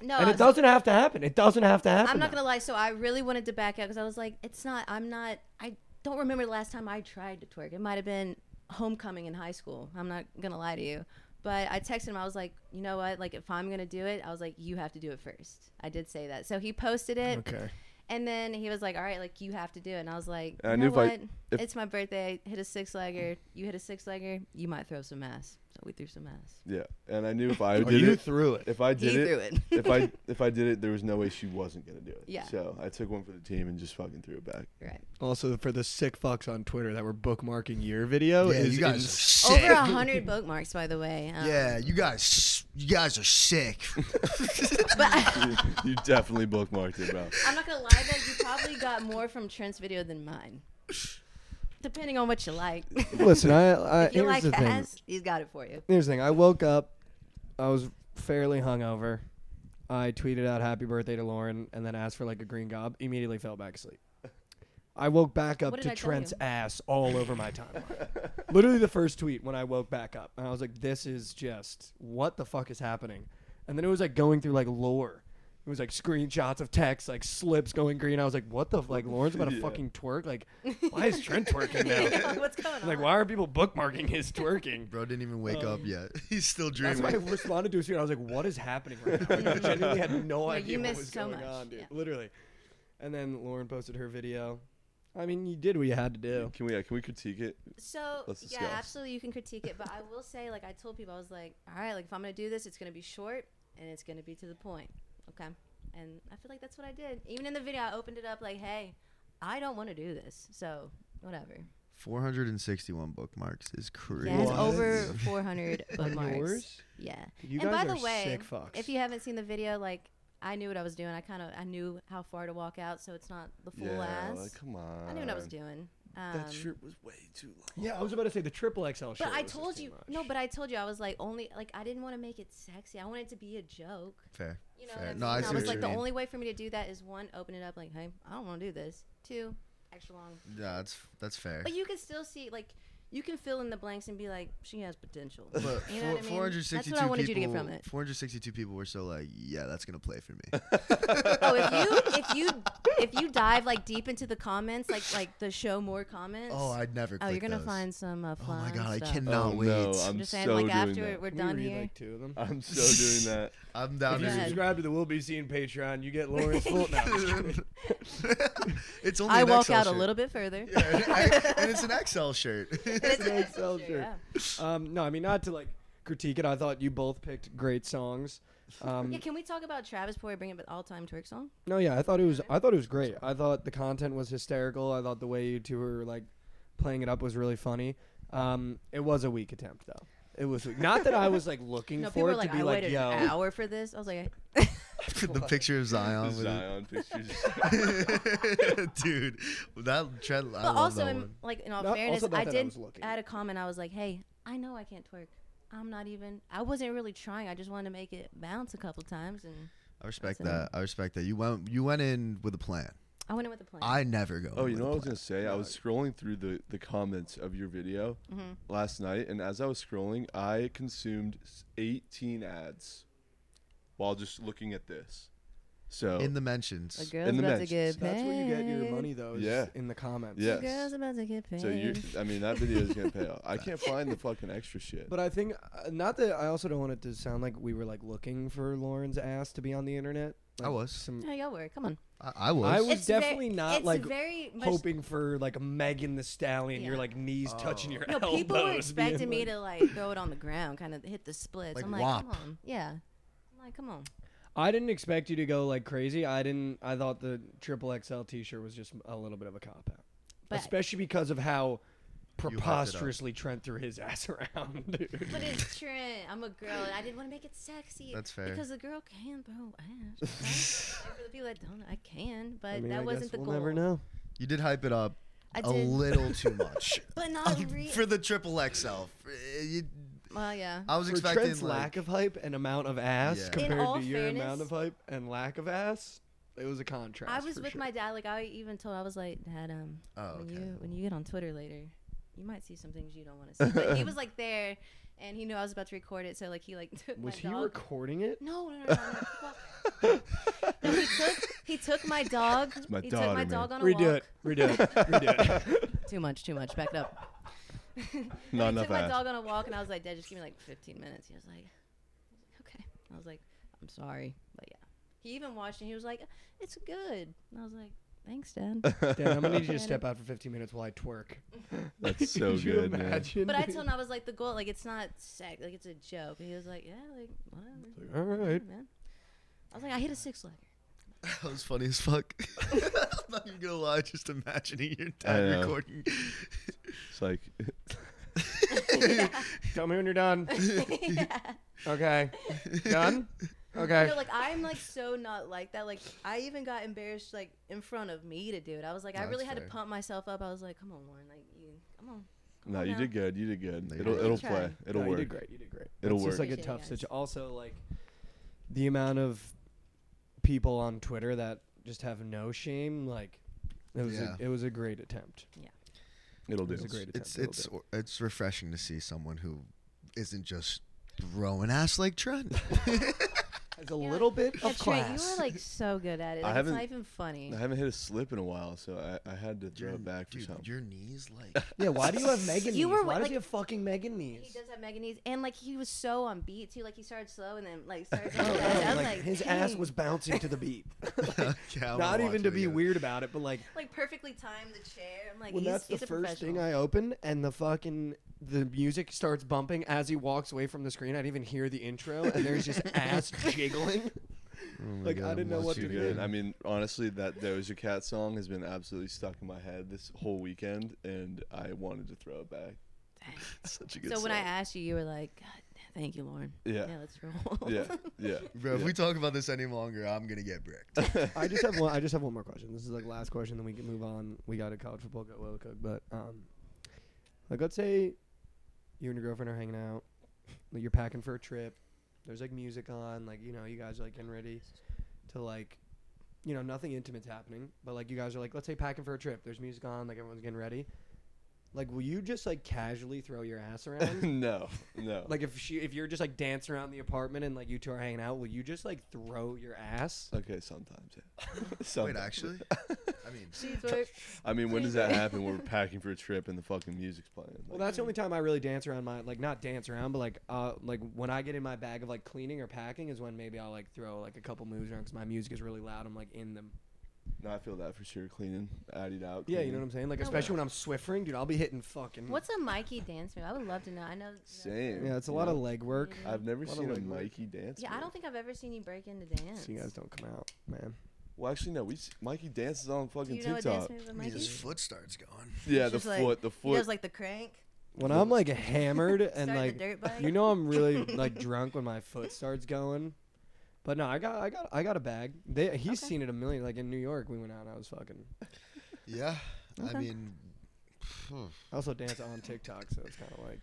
No,
and
I
it
was-
doesn't have to happen. It doesn't have to happen.
Oh, I'm not
though.
gonna lie. So I really wanted to back out because I was like, it's not. I'm not. I don't remember the last time I tried to twerk. It might have been homecoming in high school. I'm not gonna lie to you. But I texted him. I was like, you know what? Like, if I'm gonna do it, I was like, you have to do it first. I did say that. So he posted it.
Okay.
And then he was like, all right, like you have to do it. And I was like, you
And
know
if I-
what?
if-
it's my birthday. Hit a six legger. You hit a six legger. You might throw some ass. So we threw some ass.
Yeah, and I knew if I
Oh,
did
you
it,
threw it.
if I did
he
it,
threw it.
if I if I did it, there was no way she wasn't gonna do it.
Yeah.
So I took one for the team and just fucking threw it back.
[LAUGHS]
[LAUGHS]
right.
Also, for the sick fucks on Twitter that were bookmarking your video,
Yeah,
Oh, is
you guys are
ins-
sick.
Over a hundred bookmarks, by the way. Um,
yeah, you guys, you guys are sick.
[LAUGHS] But I,
you, you definitely bookmarked it, bro.
I'm not gonna lie though, you probably got more from Trent's video than mine. Depending on what you like.
[LAUGHS] Listen, I, I
if [LAUGHS] you
here's
like
the thing.
ass, he's got it for you. [LAUGHS]
Here's the thing. I woke up. I was fairly hungover. I tweeted out "Happy Birthday" to Lauren, and then asked for like a green gob. Immediately fell back asleep. I woke back up
What did
to
I tell
Trent's
you?
ass all over
[LAUGHS]
my timeline. Literally the first tweet when I woke back up, and I was like, "This is just what the fuck is happening?" And then it was like going through like lore. It was like screenshots of text, like slips going green. I was like, "What the f- like Lauren's about to
Yeah.
fucking twerk? Like, why is Trent twerking
[LAUGHS]
now?"
What's going on?
like, why are people bookmarking his twerking?
Bro didn't even wake up yet. [LAUGHS] He's still
That's why I
dreaming.
responded to a tweet. I was like, "What is happening right now?" I genuinely had no
Yeah, you
idea what
missed
was
so
going
much.
on, dude.
Yeah.
Literally. And then Lauren posted her video. I mean, you did what you had to do.
Can we yeah, can we critique it?
So
Let's
yeah,
discuss.
absolutely you can critique it, but I will say, like I told people, I was like, All right, like if I'm gonna do this, it's gonna be short and it's gonna be to the point. Okay. And I feel like that's what I did. Even in the video I opened it up like, Hey, I don't wanna do this. So whatever.
461 bookmarks is crazy.
Yeah, it's
What?
over 400 bookmarks.
Yours?
Yeah.
You
and
guys
by the
are
way,
sick fucks.
if you haven't seen the video, like I knew what I was doing. I kind of I knew how far to walk out, so it's not the full
yeah,
ass.
like, come on.
I knew what I was doing. Um,
That shirt was way too long.
yeah, I was about to say the triple XL
But I told you no. But I told you I was like only like I didn't want to make it sexy. I wanted it to be a joke.
Fair.
You know,
fair.
what I'm
No, I
saying?
see
I
what
was like
you
the
mean.
only way for me to do that is one, open it up like, hey, I don't want to do this. Two, extra long.
Yeah, that's that's fair.
But you can still see like you can fill in the blanks and be like, she has potential.
But
you know
four-
what I mean?
462
That's what I wanted
people,
you to get from it.
462 people were so like, yeah, that's gonna play
[LAUGHS]
for me.
Oh, if you if you if you dive like deep into the comments, like like the show more comments.
oh, I'd never.
oh,
click
you're gonna
those.
find some uh,
Oh my
fun
god, I
stuff.
cannot
Oh,
wait.
no, I'm
I'm just saying,
so
like
doing
after
that.
we're done here.
like two of them.
I'm so [LAUGHS] doing that.
I'm
If
down
you
Go ahead.
to.
subscribe to the Will Be Seen Patreon, you get Lauren's full. No, I'm
[LAUGHS]
just kidding.
[LAUGHS]
it's only.
I
an
walk
XL
out
shirt.
a little bit further.
[LAUGHS] Yeah,
[LAUGHS]
I- and it's an XL shirt. [LAUGHS]
It's an XL shirt.
Yeah.
Um, no, I mean not to like critique it. I thought you both picked great songs. Um,
Yeah, can we talk about Travis before we bring up an all-time twerk song?
No, yeah, I thought it was. I thought it was great. I thought the content was hysterical. I thought the way you two were like playing it up was really funny. Um, it was a weak attempt though. It was weak. not that I was
[LAUGHS]
like looking
No, people
for
were
it
like,
to be
I
like,
waited
yo,
an hour for this. I was like,
the picture of Zion with it.
Zion pictures.
[LAUGHS] dude. That trend, I
but
love
also,
that
in,
one.
like in all
No, also
fairness,
not
I
that I
did
was looking.
I had a comment. I was like, hey, I know I can't twerk. I'm not even. I wasn't really trying. I just wanted to make it bounce a couple times and.
I respect
That's
that. I respect that. You went you went in with a plan.
I went in with a plan.
I never go.
[LAUGHS] Oh, you
in with
know
a
what I was
plan.
gonna say? I was scrolling through the, the comments of your video
Mm-hmm.
last night, and as I was scrolling, I consumed s- 18 ads while just looking at this. So
in the mentions.
a girl's
the
about to
mentions.
get paid.
That's where you get your money though. Is
Yeah.
in the comments.
Yeah.
A girl's about to get paid.
so you, I mean, that video is
[LAUGHS]
gonna pay off. I can't find the fucking extra shit.
But I think uh, not that I also don't want it to sound like we were like looking for Lauren's ass to be on the internet.
I
Like,
was.
Some,
Oh, y'all were. Come on.
I, I was.
I was
It's ve-
definitely not
it's
like
very much-
hoping for like Megan the Stallion. Your
Yeah.
like knees touching your
No,
elbows.
people were
being
expecting me
like-
to like throw it on the ground, kind of hit the splits.
Like
I'm like,
WAP.
come on, yeah. I'm like, come on.
I didn't expect you to go like crazy. I didn't. I thought the triple XL T-shirt was just a little bit of a cop out,
But-
especially because of how
it up.
preposterously Trent threw his [LAUGHS] ass around, dude.
But it's Trent. I'm a girl, and I didn't want to make it sexy.
That's fair.
Because a girl can throw ass.
[LAUGHS]
right? And for the people that don't, I can, but
I mean, I
that wasn't
guess
the
we'll
goal.
never know.
you did hype it up
I
a
did.
little too
[LAUGHS]
much Um,
But not re-
for the triple XL. For- you-
Well, yeah.
I was
For
expecting
Trent's
like,
lack of hype and amount of ass
Yeah. In
compared
all
to your
fairness-
amount of hype and lack of ass, it was a contrast.
I was
for
with
sure.
my dad. Like I even told, I was like, Dad, um,
Oh,
when
okay.
you when you get on Twitter later, you might see some things you don't want to see. But he was like there, and he knew I was about to record it, so like he like [LAUGHS] took
Was
my
he
dog.
recording it?
no, no, no, no. no. Well, no, he took he took my dog.
my
he
daughter,
took my
man.
dog on a walk.
Redo it. Redo it. Redo it.
Too much, too much. Back it up.
Not
I
enough
took my
ass.
dog on a walk, and I was like, Dad, just give me like 15 minutes. He was like, Okay. I was like, I'm sorry, but yeah. He even watched, and he was like, It's good. And I was like, Thanks, Dad. [LAUGHS]
Dan, I'm gonna need you to step out for 15 minutes while I twerk.
That's
[LAUGHS]
so
Could you
good, man.
imagine?
But I told him I was like the goal, like it's not sex, like it's a joke. And he was like, yeah, like whatever,
All right.
man. I was like, I hit a six legger.
[LAUGHS] That was funny as fuck. [LAUGHS] I'm not even gonna lie, just imagining your
I
dad
know.
recording. [LAUGHS]
It's like [LAUGHS]
Oh, Tell me when you're done.
[LAUGHS] yeah.
[LAUGHS] Okay. Done? Okay.
No, like I'm like so not like that. Like I even got embarrassed like in front of me to do it. I was like, I
That's
really had
fair.
to pump myself up. I was like, come on, Lauren, like you, come on. Come
no,
on
you
now.
did good. You did good.
No, you
it'll
did.
it'll
Try.
play. It'll
No,
work.
You did great. You did great.
It'll
It's just
work.
like a
Appreciate it,
tough
guys.
situation. Also, like the amount of people on Twitter that just have no shame. Like it was.
Yeah.
A, it was a great attempt.
It'll
It
do.
was a great attempt.
it's
it'll
it's
do.
it's refreshing to see someone who isn't just throwing ass like Trent.
[LAUGHS]
[LAUGHS]
It's a
Yeah.
little bit
Yeah,
of
Trey,
class.
you were like so good at it.
I
Like, it's not
haven't-
even funny.
I haven't hit a slip in a while, so I, I had to throw
Your-
it back for
dude,
something.
Your knees
[LAUGHS]
like [LAUGHS]
yeah. Why do you have Megan?
[LAUGHS] You
knees?
were,
Why does
like-
he have fucking Megan
He
knees?
does have mega knees, and like he was so on beat too. Like he started slow and then like started.
[LAUGHS] Oh,
going fast.
yeah,
I was
like,
like
his ass
dang.
was bouncing to the
[LAUGHS]
beat. [LAUGHS]
Yeah, I'm
Not
gonna watch
even
it
to be
[LAUGHS] again.
weird about it, but like
like perfectly timed the chair. I'm like,
when
he's,
that's the
he's a
first thing
professional.
I open and the fucking the music starts bumping as he walks away from the screen. I didn't even hear the intro and there's just ass jiggling. like
God,
I didn't know
I'm
what to
Too
watching
do.
good. I mean, honestly, that Doja Cat song has been absolutely stuck in my head this whole weekend, and I wanted to throw it back. [LAUGHS]
Dang.
Such a good
so when I
song.
asked you, you were like, God, thank you, Lauren.
Yeah.
Yeah, let's
[LAUGHS]
roll.
Yeah, yeah.
Bro, if
yeah.
we talk about this any longer, I'm gonna get
[LAUGHS]
bricked.
I just have one. I just have one more question. This is like last question, then we can move on. We got a college football go well cook, but um, like let's say you and your girlfriend are hanging out, like you're packing for a trip. There's like music on, like you know, you guys are like getting ready to like, you know, nothing intimate's happening, but like you guys are like, let's say packing for a trip. There's music on, like everyone's getting ready. Like, will you just like casually throw your ass
[LAUGHS]
around?
no, no.
like if she, if you're just like dancing around the apartment and like you two are hanging out, will you just like throw your ass?
okay, sometimes.
[LAUGHS]
Yeah. [LAUGHS]
Wait,
Sometimes.
[LAUGHS]
actually, I mean,
[LAUGHS] She's like,
I mean, when does
Wait, [LAUGHS]
that
wait.
happen? When we're packing for a trip and the fucking music's playing.
Well,
Like,
that's the only time I really dance around my like not dance around, but like uh like when I get in my bag of like cleaning or packing is when maybe I'll like throw like a couple moves around because my music is really loud. I'm like in them.
no, I feel that for sure. Cleaning, added out.
Yeah, you know what
cleaning.
I'm saying. Like
No,
especially when I'm swiffering, dude, I'll be hitting fucking.
What's a Mikey dance move? I would love to know. I know.
Same.
yeah? It's a lot of leg work.
Yeah.
I've never
a lot of
seen a
leg work.
Mikey dance.
Yeah, I
move.
don't think I've ever seen you break into dance.
So you guys don't come out, man.
Well, actually, no. We s- Mikey dances on
Do
fucking
you know a
TikTok.
dance move of
I mean,
Mikey?
his foot starts going.
Yeah,
It's
the
just like-
foot, the
He does
foot.
like the crank.
[LAUGHS]
When I'm like
[LAUGHS]
hammered
Start
and
the
like
dirt bike.
you know I'm
[LAUGHS]
really like drunk when my foot starts going. But no, I got I got I got a bag. They, he's
Okay.
seen it a million. Like in New York, we went out and I was fucking.
Yeah, I
Okay.
mean,
I also dance on TikTok, so it's kind of like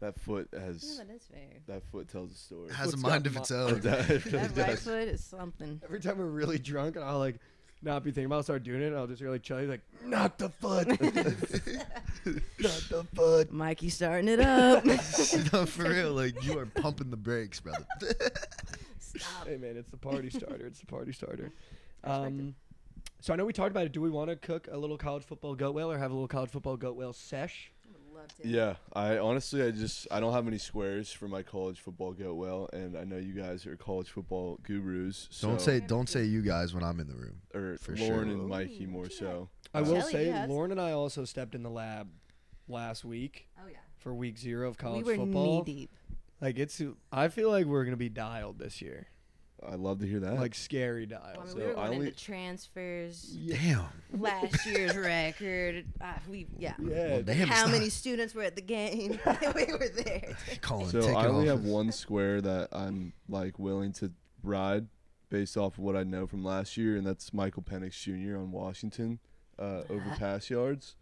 That foot
Yeah,
has
that is
[LAUGHS]
fair.
that foot tells a story.
It has
Foot's
a
got
mind of
mi-
its
It [LAUGHS]
own.
does- it really
[LAUGHS] That right
does.
foot is something.
Every time we're really drunk and I'll like not be thinking about it, start doing it, and I'll just really chilly like, not the
[LAUGHS]
foot. not the foot.
Mikey starting
[LAUGHS]
it up. [LAUGHS]
[LAUGHS] no, for real, like you are pumping the brakes, [LAUGHS] brother.
Stop.
Hey man, it's the party starter. It's the party
[LAUGHS]
starter. Um, so I know we talked about it. Do we want to cook a little college football goat whale or have a little college football goat whale sesh?
I would love to.
Yeah, I honestly, I just I don't have any squares for my college football get well, and I know you guys are college football gurus. So,
Don't say, don't say you guys when I'm in the room.
or
for
Lauren
sure.
and Mikey more so.
I will
Shelly,
say,
yes.
Lauren and I also stepped in the lab last week
Oh yeah.
for week zero of college
we were
football.
knee deep.
Like it's, I feel like we're gonna be dialed this year,
I love to hear that.
like scary
Well, I mean,
dialed.
So
we were
I
going
only-
into transfers.
Damn.
Last year's record. Uh, we yeah.
Yeah,
Well, damn.
How
it's
many
Not
students were at the game? [LAUGHS] we were there.
calling
so
ticket
I only have
office.
one square that I'm like willing to ride, based off of what I know from last year, and that's Michael Penix Jr. on Washington uh, over pass yards.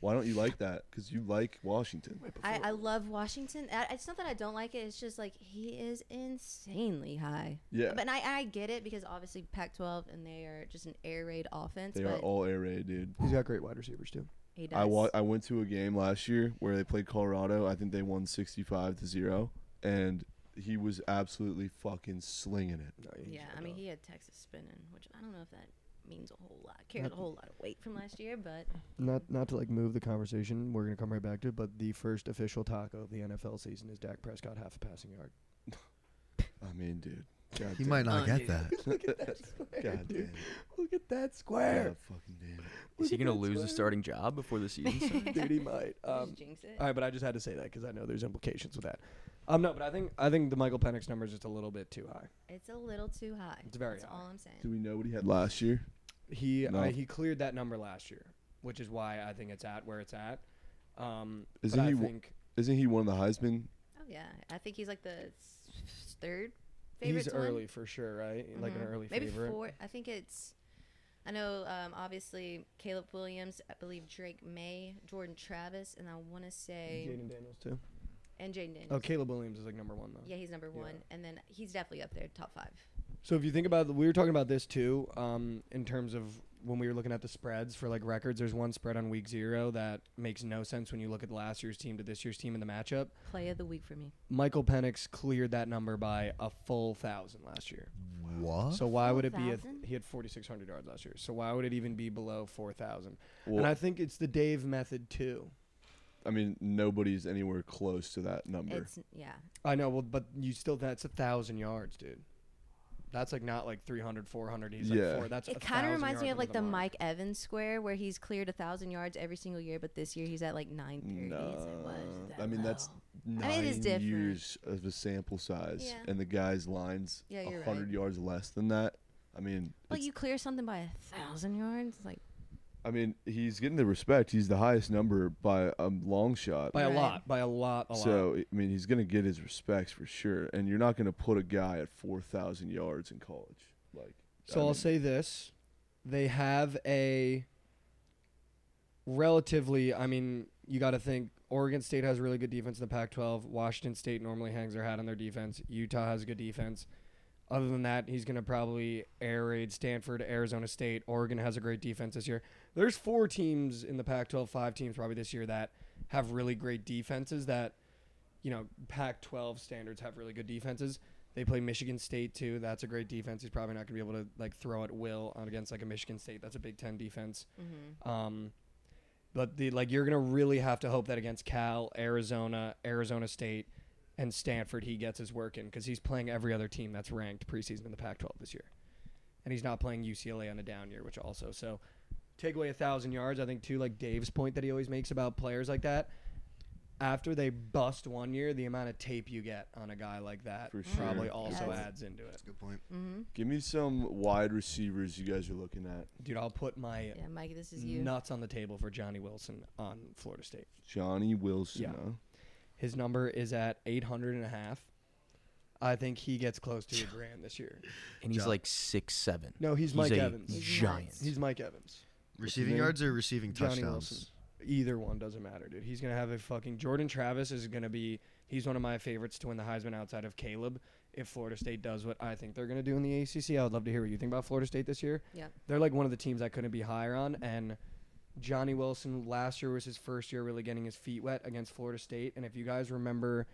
Why don't you like that? Because you like Washington.
I, I love Washington. I, it's not that I don't like it. It's just like he is insanely high.
Yeah.
But and I, I get it because obviously Pac-12 and they are just an air raid offense.
They
but
are all air raid, dude.
he's got great wide receivers too.
he does.
I wa- I went to a game last year where they played Colorado. I think they won 65 to 0 and he was absolutely fucking slinging it.
yeah, I mean he had Texas spinning, which I don't know if that means a whole lot. Carried a whole lot of weight from last year, but
Not not to like move the conversation, we're gonna come right back to it. But the first official taco of the NFL season is Dak Prescott half a passing yard.
I mean, dude. God
He
damn.
might not
Oh,
get
dude.
that.
Look at that square,
[LAUGHS] God
[LAUGHS]
damn.
dude. Look at that
God
square.
fucking damn.
Is he
Look at
gonna
that
lose the
[LAUGHS] square.
starting job before
[LAUGHS]
the season? starts?
Dude, he
[LAUGHS]
might.
we'll
Um,
just jinx it.
all right, but I just had to say that because I know there's implications with that. Um, no, but I think I think the Michael Penix number is just a little bit too high.
it's a little too high.
It's very
That's
high.
all I'm
Do
saying.
we know what he had last year?
He
No.
I, he cleared that number last year, which is why I think it's at where it's at. Um, but
Isn't
I
he w-
think
Isn't he one of the Heisman?
Oh yeah, I think he's like the s- third favorite.
he's
to win.
early for sure, right? Like an
Mhm.
early
maybe
favorite.
four. I think it's. I know, um, obviously, Caleb Williams. I believe Drake May, Jordan Travis, and I want to say
Jaden Daniels too.
and Jaden Daniels.
Oh, Caleb Williams is like number one though.
Yeah, he's number
Yeah.
one, and then he's definitely up there, top five.
So if you think about, we were talking about this too, um, in terms of when we were looking at the spreads for like records. There's one spread on week zero that makes no sense when you look at last year's team to this year's team in the matchup.
Play of the week for me.
Michael Penix cleared that number by a full thousand last year.
What?
So why would it be? A,
4,000?
he had 4,600 yards last year. So why would it even be below 4,000?
Well,
and
I,
I think it's the Dave method too.
mean, nobody's anywhere close to that number.
It's yeah,
I know, well, but you still that's a thousand yards, dude. That's like not like 300, 400. He's
Yeah.
like four. That's
it
kind of
reminds me of like the
mark.
Mike Evans square where he's cleared a thousand yards every single year, but this year he's at like nine thirties.
No, I mean that's nine
I mean, it is different.
years of a sample size,
Yeah.
and the guy's lines
Yeah,
a
you're right.
hundred yards less than that. I mean,
But
it's-
you clear something by a thousand yards, like
I mean, he's getting the respect. He's the highest number by a long shot.
By a
Right.
lot. By a lot. A lot.
so I mean, he's gonna get his respects for sure. And you're not gonna put a guy at four thousand yards in college. Like,
So
I
I'll
mean,
say this. They have a relatively, I mean, you got to think Oregon State has really good defense in the Pac 12. Washington State normally hangs their hat on their defense. Utah has a good defense. Other than that, he's going to probably air raid Stanford, Arizona State. Oregon has a great defense this year. There's four teams in the Pac 12, five teams probably this year that have really great defenses that, you know, Pac 12 standards have really good defenses. They play Michigan State too. That's a great defense. He's probably not going to be able to like throw at will on against like a Michigan State. That's a Big Ten defense. Um, but the like you're going to really have to hope that against Cal, Arizona, Arizona State, and Stanford, he gets his work in because he's playing every other team that's ranked preseason in the Pac-12 this year, and he's not playing UCLA on a down year, which also so take away a thousand yards. I think too like Dave's point that he always makes about players like that. After they bust one year, the amount of tape you get on a guy like that
For
probably
sure.
also
Yes.
adds into it.
That's a good point.
give me some wide receivers you guys are looking at.
Dude, I'll put my
yeah, Mikey, this is you.
nuts on the table for Johnny Wilson on Florida State.
Johnny Wilson.
Yeah.
huh?
His number is at 800 and a half. I think he gets close to
[SIGHS]
a grand this year.
And he's
Job.
like six seven.
No, he's, Mike
a
Evans.
giant.
He's Mike Evans.
Receiving
name?
yards or receiving
Johnny
touchdowns?
Wilson. Either one doesn't matter, dude. He's going to have a fucking Jordan Travis is going to be He's one of my favorites to win the Heisman outside of Caleb. If Florida State does what I think they're going to do in the ACC, I would love to hear what you think about Florida State this year.
Yeah.
They're like one of the teams I couldn't be higher on. And Johnny Wilson last year was his first year really getting his feet wet against Florida State. And if you guys remember,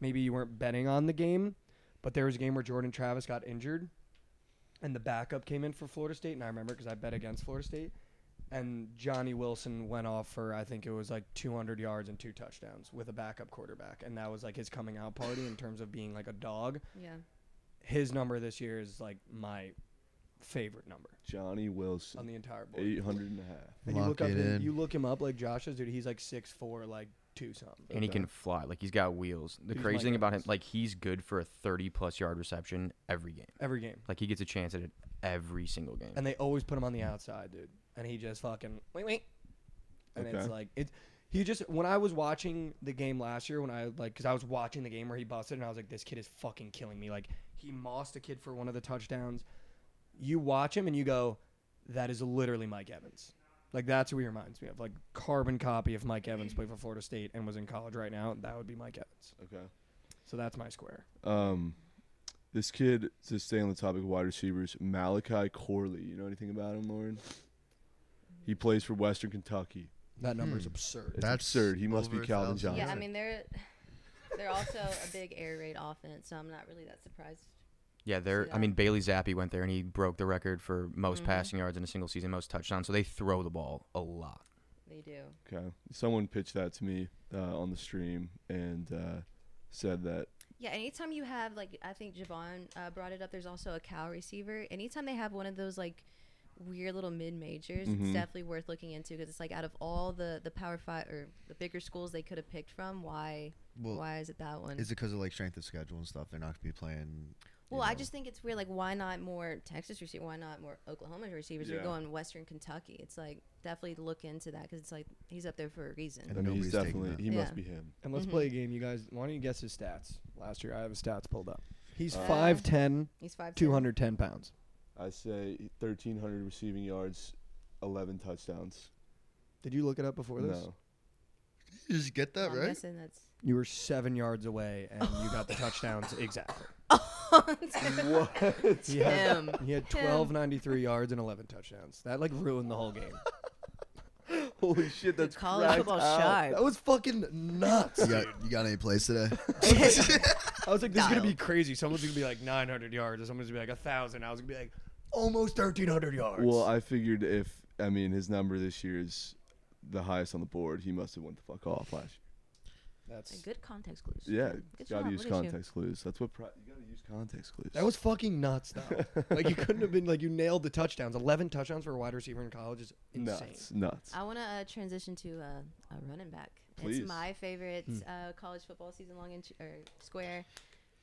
maybe you weren't betting on the game, but there was a game where Jordan Travis got injured and the backup came in for Florida State. And I remember because I bet against Florida State. And Johnny Wilson went off for, I think it was like 200 yards and two touchdowns with a backup quarterback. And that was like his coming out party in terms of being like a dog.
Yeah.
His number this year is like my favorite number
Johnny Wilson,
on the entire board.
800 and a half.
And you
Lock
look up
it
him,
in.
you look him up like Josh's dude. He's like six four, like two something.
and he can fly. Like he's got wheels. The
He's
crazy
Mike
thing about him,
Evans.
like he's good for a 30 plus yard reception every game.
every game,
Like he gets a chance at it every single game.
and they always put him on the outside, dude. And he just fucking wait wait, and it's
Okay.
like it. He just when I was watching the game last year, when I like because I was watching the game where he busted, and I was like, this kid is fucking killing me. Like he mossed a kid for one of the touchdowns. You watch him and you go, that is literally Mike Evans. Like that's who he reminds me of. Like carbon copy of Mike Evans played for Florida State and was in college right now. That would be Mike Evans.
Okay.
So that's my square.
Um, this kid to stay on the topic of wide receivers, Malachi Corley. You know anything about him, Lauren? He plays for Western Kentucky.
That number is
Hmm.
absurd.
It's
That's
absurd. He must be
over a
Calvin
thousand.
Johnson.
Yeah, I mean they're they're also a big air raid offense, so I'm not really that surprised.
yeah, they're.
See
I
that?
mean, Bailey Zappi went there and he broke the record for most
Mhm.
passing yards in a single season, most touchdowns. So they throw the ball a lot.
They do.
Okay. Someone pitched that to me uh, on the stream and uh, said that.
Yeah, anytime you have like I think Javon uh, brought it up. There's also a cow receiver. Anytime they have one of those like weird little mid majors,
Mhm.
it's definitely worth looking into because it's like out of all the the power five or the bigger schools they could have picked from, why
Well,
why is it that one?
is it because of like strength of schedule and stuff? They're not gonna be playing. you
Well, I
know,
just think it's weird. Like, why not more Texas receivers? Why not more Oklahoma receivers?
Yeah.
You're going Western Kentucky. It's like definitely look into that because it's like he's up there for a reason.
And
I mean, he's
nobody's taking
definitely.
that.
He must
Yeah.
be him.
And let's
Mhm.
play a game, you guys. Why don't you guess his stats? Last year, I have his stats pulled up. He's
Uh,
5'10",
He's five
210 pounds.
I say 1,300 receiving yards, 11 touchdowns.
Did you look it up before this?
No.
You just get that
I'm
right.
guessing that's. [LAUGHS]
You were seven yards away, and you got the touchdowns exactly.
what?
He had,
Him.
he had 1,293 yards and 11 touchdowns. That, like, ruined the whole game.
Holy shit! That's
college
cracked
football
out.
sharp.
That was fucking nuts.
[LAUGHS] You got, you got any plays today?
I was like, this is going to be
Dialed.
crazy. Someone's going to be like 900 yards, or someone's going to be like 1,000. I was going to be like, almost 1,300 yards.
Well, I figured if I mean his number this year is the highest on the board, he must have went the fuck off last
That's,
Good context clues.
year. Yeah,
Good
got to
job,
use
look at you.
context clues. That's what pri- you got to use context clues.
That was fucking nuts, [LAUGHS] though. like you couldn't have been like you nailed the touchdowns. Eleven touchdowns for a wide receiver in college is insane.
nuts, nuts.
I want to uh, transition to uh, a running back.
Please.
It's my favorite
Hmm.
uh, college football season long inch or square.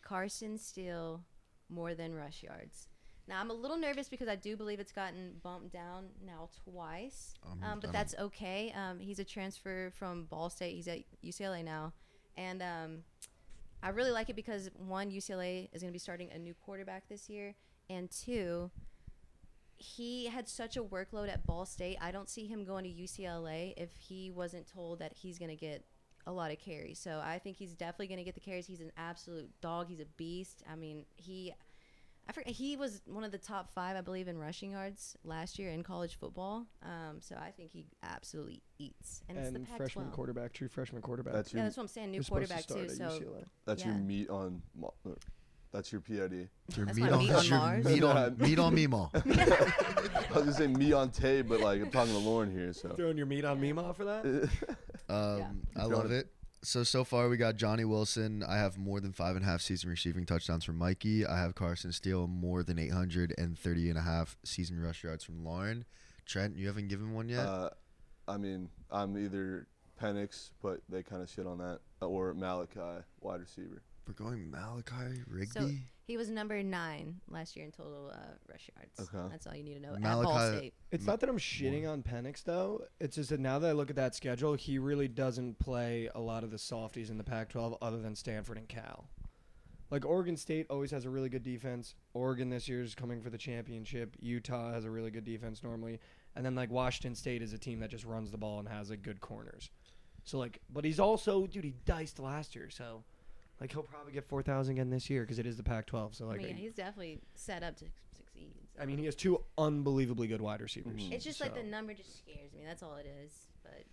Carson Steele, more than rush yards. Now I'm a little nervous because I do believe it's gotten bumped down now twice,
Um,
um, but
I don't-
that's okay. Um, he's a transfer from Ball State. He's at UCLA now, and um, I really like it because one, UCLA is going to be starting a new quarterback this year, and two, he had such a workload at Ball State. I don't see him going to UCLA if he wasn't told that he's going to get a lot of carries. So I think he's definitely going to get the carries. He's an absolute dog. He's a beast. I mean, he I forget, he was one of the top 5 I believe in rushing yards last year in college football. Um, so I think he absolutely eats. And, it's the
And
Pac-12.
freshman quarterback, true freshman quarterback.
That's
yeah,
your
that's what I'm saying. New
is supposed to
quarterback too.
start at
So
UCLA.
that's your
yeah.
meat on. mo- no, That's your PID.
Your
That's
meat
my
on,
meat
[LAUGHS] that's
on
your
Mars.
meat on
[LAUGHS] God.
meat on
[LAUGHS]
Um, Mimo.
I was gonna say meat on tape, but like I'm talking to Lauren here, so
Throwing your meat on Mima for that?
Um, I
Throw
love
it.
it. So so far we got Johnny Wilson. I have more than five and a half season receiving touchdowns from Mikey. I have Carson Steele more than 830 and a half season rush yards from Lauren. Trent, you haven't given one yet. [LAUGHS]
uh, I mean I'm either Penix, but they kind of shit on that, or Malachi, wide receiver.
We're going Malachi
so
Rigby.
he was number 9 last year in total uh, rush yards.
Okay.
That's all you need to know at Ball
Malachi-
State.
It's not that I'm shitting on Penix though. It's just that now that I look at that schedule, he really doesn't play a lot of the softies in the Pac-12 other than Stanford and Cal. Like Oregon State always has a really good defense. Oregon this year is coming for the championship. Utah has a really good defense normally, and then like Washington State is a team that just runs the ball and has like good corners. So like, but he's also dude, he diced last year. So Like he'll probably get four thousand again this year because it is the Pac-12. So
I
like,
mean, yeah, he's definitely set up to succeed. so.
I mean, he has two unbelievably good wide receivers.
It's just like the
So-
number just scares me. That's all it is. But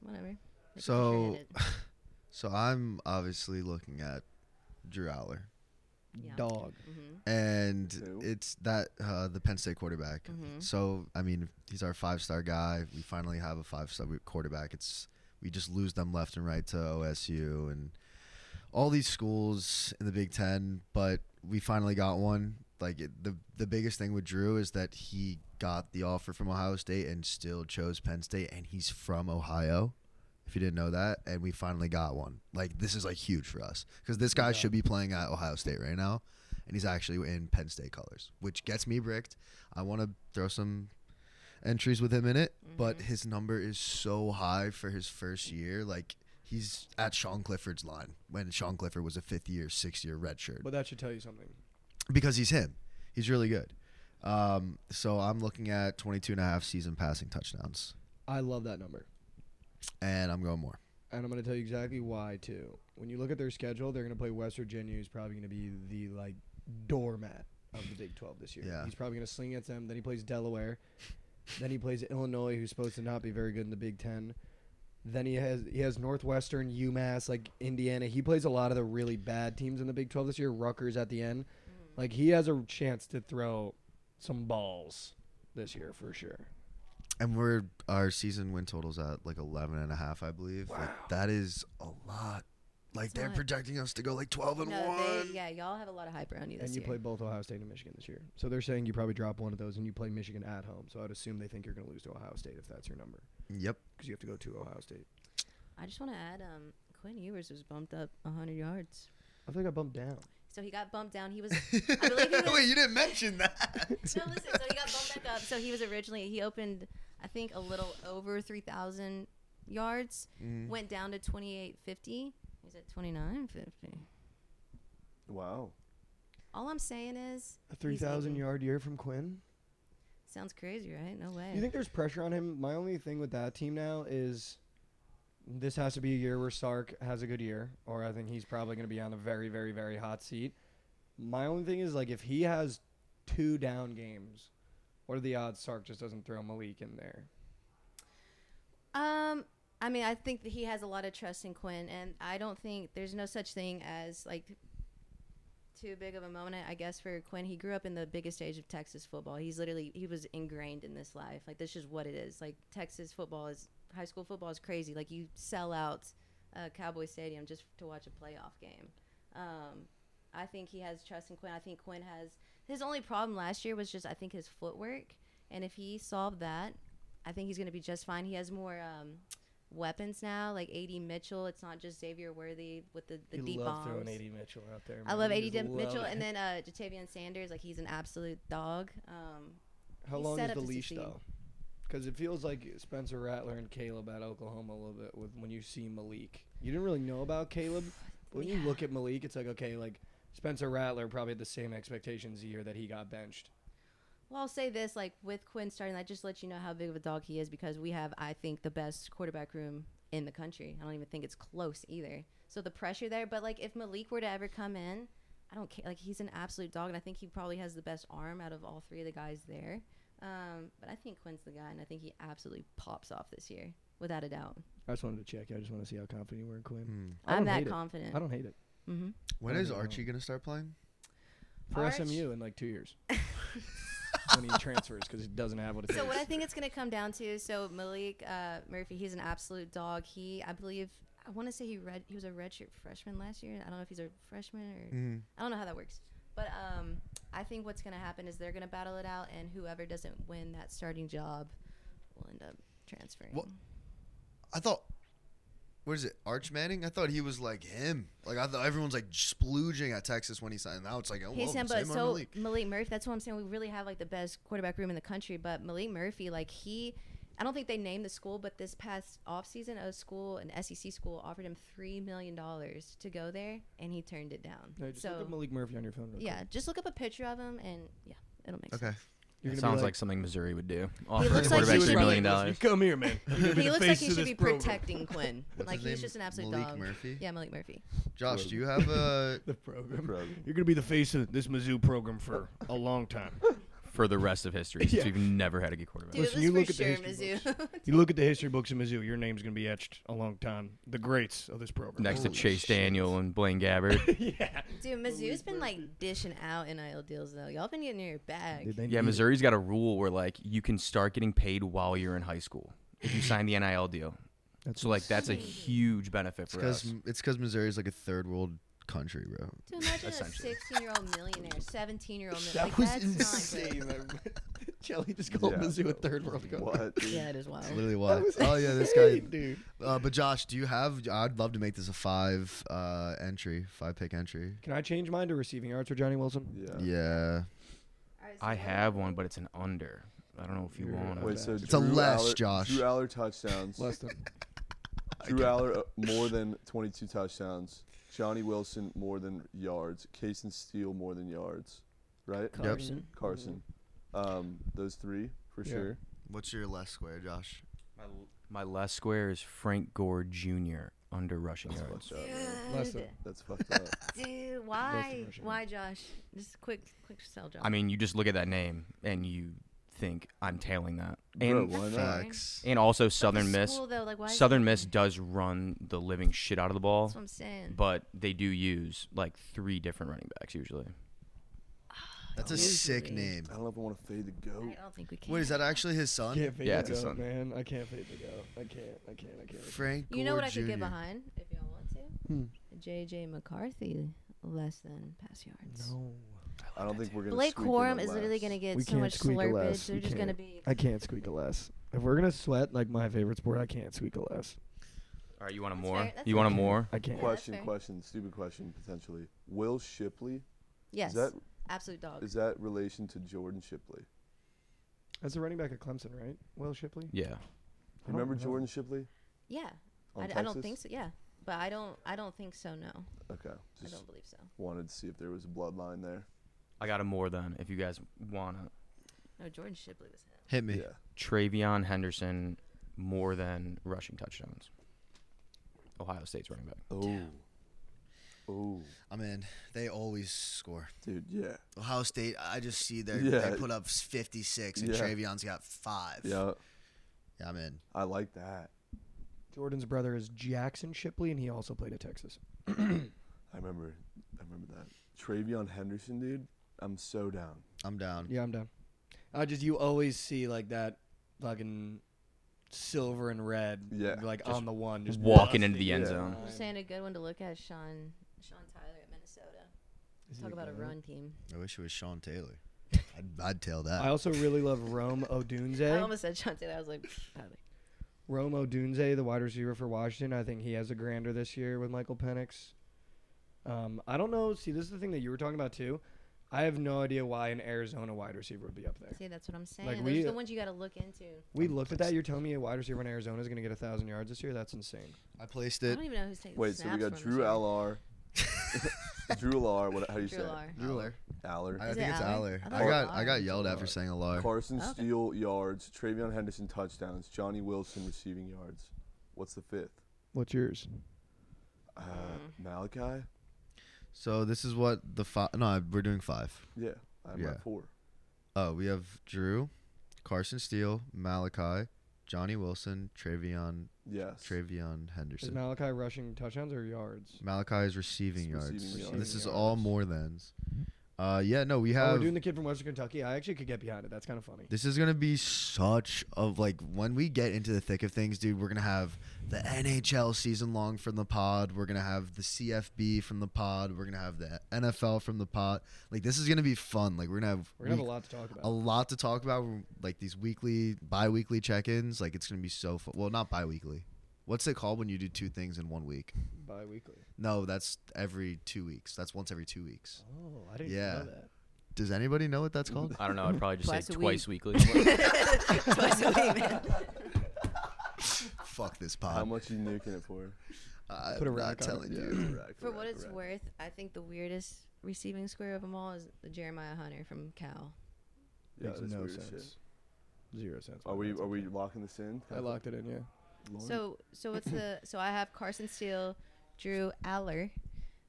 whatever. Like, we
So,
traded.
[LAUGHS] so I'm obviously looking at Drew Aller,
Yeah.
dog.
Mm-hmm.
and
Who?
it's that uh, the Penn State quarterback. So I mean, he's our five star guy. We finally have a five star quarterback. It's we just lose them left and right to OSU and all these schools in the Big Ten, but we finally got one. Like it, the the biggest thing with Drew is that he got the offer from Ohio State and still chose Penn State, and he's from Ohio. If you didn't know that, and we finally got one. Like this is like huge for us because this guy should be playing at Ohio State right now, and he's actually in Penn State colors, which gets me bricked. I want to throw some entries with him in it, but his number is so high for his first year. Like he's at Sean Clifford's line when Sean Clifford was a fifth year, sixth year redshirt
But that should tell you something.
because he's him. He's really good. Um, so I'm looking at 22 and a half season passing touchdowns,
I love that number.
and I'm going more.
and I'm going to tell you exactly why too. When you look at their schedule, they're going to play West Virginia, who's probably going to be the like doormat of the Big 12 this year.
Yeah.
He's probably going to sling at them. Then he plays Delaware. then he plays Illinois, who's supposed to not be very good in the Big Ten. Then he has he has Northwestern, UMass, like Indiana. He plays a lot of the really bad teams in the Big 12 this year. Rutgers at the end, like he has a chance to throw some balls this year for sure.
And we're our season win totals at like 11 and a half, I believe. Like that is a lot. Like they're
lot.
projecting us to go like 12 and
No,
one.
they, yeah, y'all have a lot of hype around you this
And you
year.
play both Ohio State and Michigan this year. So they're saying you probably drop one of those and you play Michigan at home. So I'd assume they think you're going to lose to Ohio State if that's your number
Yep.
because you have to go to Ohio State.
I just want to add, um, Quinn Ewers was bumped up 100 yards.
I think I bumped down.
So he got bumped down.
[LAUGHS]
He was, I believe he was
[LAUGHS] Wait, you didn't
[LAUGHS]
mention that.
No, listen. So he got bumped back up. So he was originally he opened, I think, a little over three thousand yards.
Mm.
Went down to twenty eight fifty. He's at twenty nine fifty.
Wow.
All I'm saying is
A
he's
3,000
open.
yard year from Quinn.
Sounds crazy, right? No way.
You think there's pressure on him? My only thing with that team now is this has to be a year where Sark has a good year, or I think he's probably going to be on a very, very, very hot seat. My only thing is like if he has two down games, what are the odds Sark just doesn't throw Malik in there?
Um, I mean, I think that he has a lot of trust in Quinn, and I don't think there's no such thing as like too big of a moment. I guess for Quinn, he grew up in the biggest stage of Texas football. He's literally he was ingrained in this life. Like this is what it is. Like Texas football is high school football is crazy. Like you sell out uh, Cowboy Stadium just to watch a playoff game. Um, I think he has trust in Quinn. I think Quinn has his only problem last year was just I think his footwork, and if he solved that, I think he's going to be just fine. He has more um, weapons now, like AD Mitchell. It's not just Xavier Worthy with the, the
You
deep
love
bombs.
throwing AD Mitchell out there.
I
man.
love
You
AD
just love
Mitchell,
it.
and then uh, Jatavian Sanders. Like he's an absolute dog. Um,
[LAUGHS] How
He's
long
set
is
up
the
to
leash
succeed.
though? Because it feels like Spencer Rattler and Caleb at Oklahoma a little bit with when you see Malik. You didn't really know about
[SIGHS]
Caleb, but when you look at Malik, it's like okay, like Spencer Rattler probably had the same expectations the year that he got benched.
well, I'll say this: like with Quinn starting, that just lets you know how big of a dog he is because we have, I think, the best quarterback room in the country. I don't even think it's close either. So the pressure there, but like if Malik were to ever come in, I don't care. Like he's an absolute dog, and I think he probably has the best arm out of all three of the guys there. Um, but I think Quinn's the guy, and I think he absolutely pops off this year, without a doubt.
I just wanted to check. I just want to see how confident you were in Quinn. I
I'm
don't
that
hate it.
confident. Mm-hmm.
I don't hate it
Hmm. When
I
is
don't know.
Archie gonna start playing?
for
Arch-
SMU in like two
[LAUGHS]
years when he transfers because he doesn't have what it
So
takes.
what I think it's going to come down to, so Malik uh, Murphy, he's an absolute dog. He, I believe, I want to say he read he was a redshirt freshman last year. I don't know if he's a freshman or I don't know how that works. But um, I think what's going to happen is they're going to battle it out, and whoever doesn't win that starting job will end up transferring.
What? I thought. What is it, Arch Manning? I thought he was like him. Like I thought everyone's like splooging at Texas when he signed. Now it's like, oh,
He's
well,
him, but
same on
so
Malik.
Malik Murphy. That's what I'm saying. We really have like the best quarterback room in the country. But Malik Murphy, like he, I don't think they named the school, but this past offseason, a school, an SEC school, offered him three million dollars to go there, and he turned it down.
No, just look
so
up Malik Murphy on your phone. Real
yeah, just look up a picture of him, and yeah, it'll make sense.
Okay.
You're
It
gonna
sounds
be
like,
like,
something Missouri would do. Offer
looks like
quarterbacks
he should
$3 million
[LAUGHS]
be-
dollars.
come here,
[LAUGHS]
man.
he looks like he
face of
should
this
be
program. [LAUGHS]
protecting Quinn.
What's
like
his
he's
name?
just an absolute
Malik
dog.
Murphy?
Yeah, Malik Murphy.
Josh, do you have
[LAUGHS]
a?
The program.
Program.
You're gonna be the face of this Mizzou program for a long time.
[LAUGHS]
for the rest of history. since
Yeah.
We've never had a good quarterback.
Dude,
Listen,
it
you
was
look
for
at the
sure
history
Mizzou.
You look at the history books of Mizzou. Your name's gonna be etched a long time. The greats of this program.
Next
Holy
to Chase
shit.
Daniel and Blaine Gabbert.
yeah.
[LAUGHS] Dude, Mizzou's been like dishing out NIL deals though. Y'all been getting in your bag.
yeah, Missouri's got a rule where like you can start getting paid while you're in high school if you sign the NIL deal. so like that's a huge benefit
It's
for us.
because it's because Missouri's like a third world country, bro.
Dude, imagine a
Essentially.
16 year old millionaire, 17 year old millionaire.
that
Like,
was
that's Not
insane.
good.
[LAUGHS] Jelly just called
Yeah.
Mizzou a third world country.
What? dude?
Yeah, it is wild.
It's
[LAUGHS]
literally why. Oh yeah, this guy. Dude. Uh, but Josh, do you have? I'd love to make this a five uh, entry, five pick entry.
Can I change mine to receiving arts or Johnny Wilson?
Yeah.
Yeah,
Alright, so
I
what-
have one, but it's an under. I don't know if you
You're-
want
Wait,
it.
so
It's a
Drew
less,
Aller-
Josh.
Drew Aller touchdowns.
[LAUGHS]
Less
[LAUGHS]
than.
Drew Aller uh, more than 22 touchdowns. Johnny Wilson more than yards. Casey Steele more than yards. Right?
Carson.
Carson. Um, those three for
Yeah.
sure.
What's your less square, Josh?
My, my last square is Frank Gore Jr. under rushing
That's
yards.
fucked up. man.
Less
Dude,
than.
That's fucked up.
dude, why?
Russian.
Why, Josh? Just quick, quick sell, Josh.
I mean, you just look at that name and you think I'm tailing that.
Bro,
And
why
That's
not?
fair.
Facts.
and also
But the
Southern Miss.
School, though, like, why is-
Southern Miss does run the living shit out of the ball,
That's what I'm saying.
but they do use like three different running backs usually.
That's a
Usually.
sick name.
I don't know if I want to fade the
I
goat.
don't think we can.
Wait, is that actually his son?
Can't fade
Yeah,
yeah,
it's
the
a
goat,
son.
man. I can't fade the goat. I can't. I can't. I can't.
Frank.
You know
Gore
what I could
Jr..
get behind if y'all want to?
Hmm.
JJ McCarthy, less than pass yards.
No.
I don't think we're gonna.
Blake
squeak in
Corum
the
is literally
last.
going to get
We
so
can't
much
squeak a
slurpage.
less.
They're
We
just going to
can't.
be.
I can't squeak a less. If we're gonna sweat like my favorite sport, I can't squeak a less.
All right, you want a
That's
more?
fair, that's
You want a
fair.
more?
I can't.
Yeah, that's
Question,
fair.
question, stupid question potentially. Will Shipley
Yes.
is that
absolute dog.
is that relation to Jordan Shipley?
That's the running back at Clemson, right? Will Shipley.
Yeah.
don't
Remember
know.
Jordan Shipley?
yeah.
On
I, d-
Texas?
I don't think so. Yeah. But I don't. I don't think so. No.
Okay,
I
just
don't believe so.
wanted to see if there was a bloodline there.
I got a more then if you guys want to.
No, Jordan Shipley was him.
Hit me.
Yeah,
Travion Henderson more than rushing touchdowns. Ohio State's running back.
Oh. Oh.
I mean, they always score.
Dude, yeah.
Ohio State. I just see their
Yeah.
they put up 56, and
Yeah.
Travion's got five.
Yeah.
Yeah, I'm in.
I like that.
Jordan's brother is Jackson Shipley, and he also played at Texas.
I remember I remember that. Travion Henderson, dude. I'm so down.
I'm down.
Yeah, I'm down. I just you always see like that fucking silver and red,
Yeah,
like
just
on the one, just
walking into
busting
the end
it.
zone.
Just saying a good one to look at, is Sean. Sean Tyler at Minnesota.
Is he
Talk about a
good?
run team.
I wish it was
[LAUGHS]
Sean Taylor. I'd, I'd tail that.
I also really love Rome
I
Odunze.
almost said Sean Taylor. I
[LAUGHS]
was like, Tyler.
Rome Odunze, the wide receiver for Washington. I think he has a grander this year with Michael Penix. Um, I don't know. See, this is the thing that you were talking about too. I have no idea why an Arizona wide receiver would be up there.
See, that's what I'm saying. Those
we-
are the ones you got to look into.
We looked at that. You're telling me a wide receiver in Arizona is going to get a thousand yards this year? That's insane.
I placed
I
it.
don't even know who's taking
Wait, so
snaps
we got
from
Drew
this year. [LAUGHS]
Allar. Drew Allar, what how do you
Drew
say?
Allar.
Aller.
it? Aller.
I
Is
think
it
it's
Aller?
Aller.
I thought
I
it was
got
Aller.
I got yelled at for saying Aller.
Carson
Oh, Okay.
Steele yards, Travion Henderson touchdowns, Johnny Wilson receiving yards. What's the fifth?
What's yours?
Uh,
Mm.
Malachi?
So this is what the five. No, we're doing five.
Yeah, I'm
Yeah.
at four.
Oh, we have Drew, Carson Steele, Malachi, Johnny Wilson, Travion,
Yes.
Travion
Is
Henderson.
Malachi rushing touchdowns or yards?
Malachi is receiving
It's
yards.
receiving
So
yards.
This is
Receiving
all
yards. Mm-hmm.
more thans. Uh, yeah, no, we
Oh, we're
have.
doing the kid from Western Kentucky. I actually could get behind it. That's kind of funny.
This is gonna be such of like when we get into the thick of things, dude. We're gonna have the NHL season long from the pod. We're gonna have the CFB from the pod. We're gonna have the NFL from the pod. Like this is gonna be fun. Like we're gonna have
We're gonna have
week-
a lot to talk
a
about.
lot to talk about. Like these weekly, bi-weekly check-ins. Like it's gonna be so fun. Well, not bi-weekly. What's it called when you do two things in one week?
Bi-weekly.
No, that's every two weeks. That's once every two weeks.
Oh, I didn't
Yeah.
know that.
Does anybody know what
[LAUGHS]
that's called? [LAUGHS]
I don't know. I'd probably just
Twice
say
a
twice
[LAUGHS]
weekly.
Twice a week, man.
Fuck this
How
pod.
much you nuking it for?
I'm
Put a
not
rack on it.
telling
Yeah,
you.
correct,
[LAUGHS] For what
correct,
it's
correct.
worth, I think the weirdest receiving square of them all is the Jeremiah Hunter from Cal.
Yeah,
Makes
that's
no
weird as shit.
sense. Zero sense.
Are
but
we
that's
are we
okay.
locking this in?
I locked it in. Yeah.
Lauren?
So so what's the so I have Carson Steele, Drew Aller,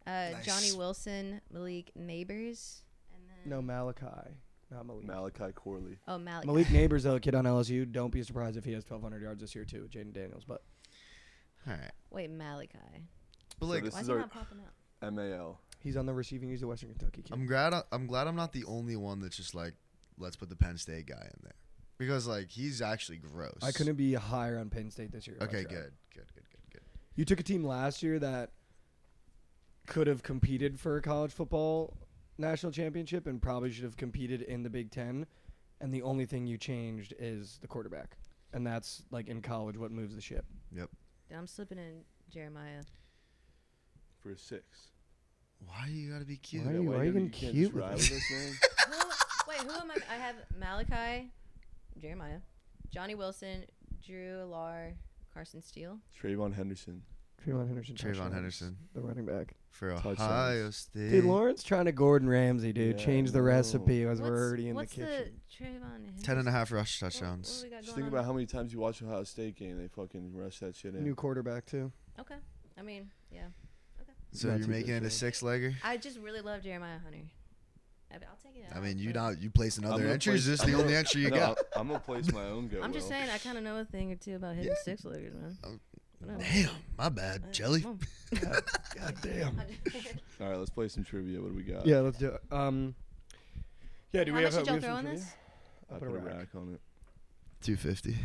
uh, Johnny
Nice.
Wilson, Malik Neighbors, and then
No, Malachi, not Malik.
Malachi Corley.
oh Malik.
Malik Neighbors, though, kid on LSU. Don't be surprised if he has 1,200 yards this year too. Jaden Daniels, but
All right, But
Wait, Malachi.
so
like,
this
Why is
is
he
our
not popping up?
MAL.
he's on the receiving. He's a Western Kentucky kid.
I'm glad. I, am glad I'm not the only one that's just like, let's put the Penn State guy in there because like he's actually gross.
I couldn't be higher on Penn State this year. if I
Okay,
tried.
good, good, good, good, good.
You took a team last year that could have competed for a college football national championship and probably should have competed in the Big Ten. And the only thing you changed is the quarterback. And that's like in college what moves the ship.
Dude, I'm slipping in Jeremiah.
for a six.
Why you gotta be cute?
Why
Yeah,
you- why you
gotta-
getting
can't
cute
just
with
ride
this?
us, man?
who, wait, who am I? I have Malachi, Jeremiah, Johnny Wilson, Drew Lar, Carson Steele.
Trayvon Henderson.
Trayvon Henderson.
Trayvon
touchdowns,
Henderson
The running back.
for
Touchdowns.
Ohio State.
Eh.
Dude, Lawrence trying to Gordon Ramsay, dude.
Yeah,
Change the
no.
recipe as
What's,
we're already in
what's
the kitchen.
Trayvon
Ten and a
Henderson?
half rush
What-
touchdowns.
What, do we got
Just
going
think about
on?
how many times you watch Ohio State game, they fucking rush that shit in.
New quarterback too.
Okay, I mean, yeah.
So
Not
you're
too
making it
good,
a
yeah.
six legger.
I just really love Jeremiah Hunter. I, I'll take it.
I
I'll
mean, you
put it-
not you place another
gonna
entry. Is
place-
this
I'm
[LAUGHS] the
gonna-
only entry you
[LAUGHS] No,
got?
I'm gonna place my own go.
I'm just
Will.
saying, I kind of know a thing or two about hitting
Yeah.
six leggers, man.
Oh,
Whatever.
Damn, my bad,
Alright,
Jelly.
come
God [LAUGHS] damn.
[LAUGHS] on.
All right, let's play some trivia. What do we got?
Yeah, let's do it. Um, uh,
Yeah. Do
How
we
much
have?
did
we
y'all
have
throw
some
on
trivia?
this?
I put a rack on it.
Two fifty.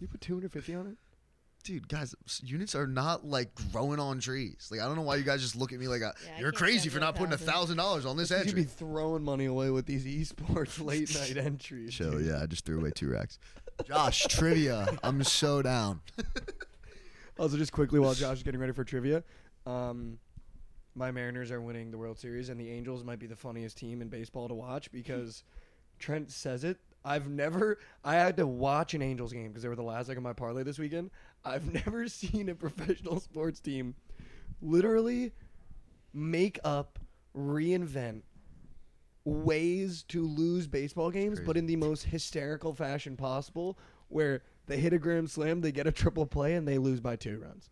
You put 250 on it?
Dude, guys, s- units are not like growing on trees. Like I don't know why you guys just look at me like I,
Yeah, I
you're
can't
crazy
stand
for not putting a
1,000.
thousand dollars on this
You'd be
entry. [LAUGHS]
throwing money away with these esports [LAUGHS] late night entries. dude.
yeah, I just threw away two racks. Josh, trivia. I'm so down.
Also, just quickly while Josh is getting ready for trivia, um, my Mariners are winning the World Series, and the Angels might be the funniest team in baseball to watch because Trent says it. I've never. I had to watch an Angels game because they were the last leg of my parlay this weekend. I've [LAUGHS] never seen a professional sports team literally make up, reinvent ways to lose baseball games, but in the most hysterical fashion possible, where they hit a grand slam, they get a triple play, and they lose by two runs.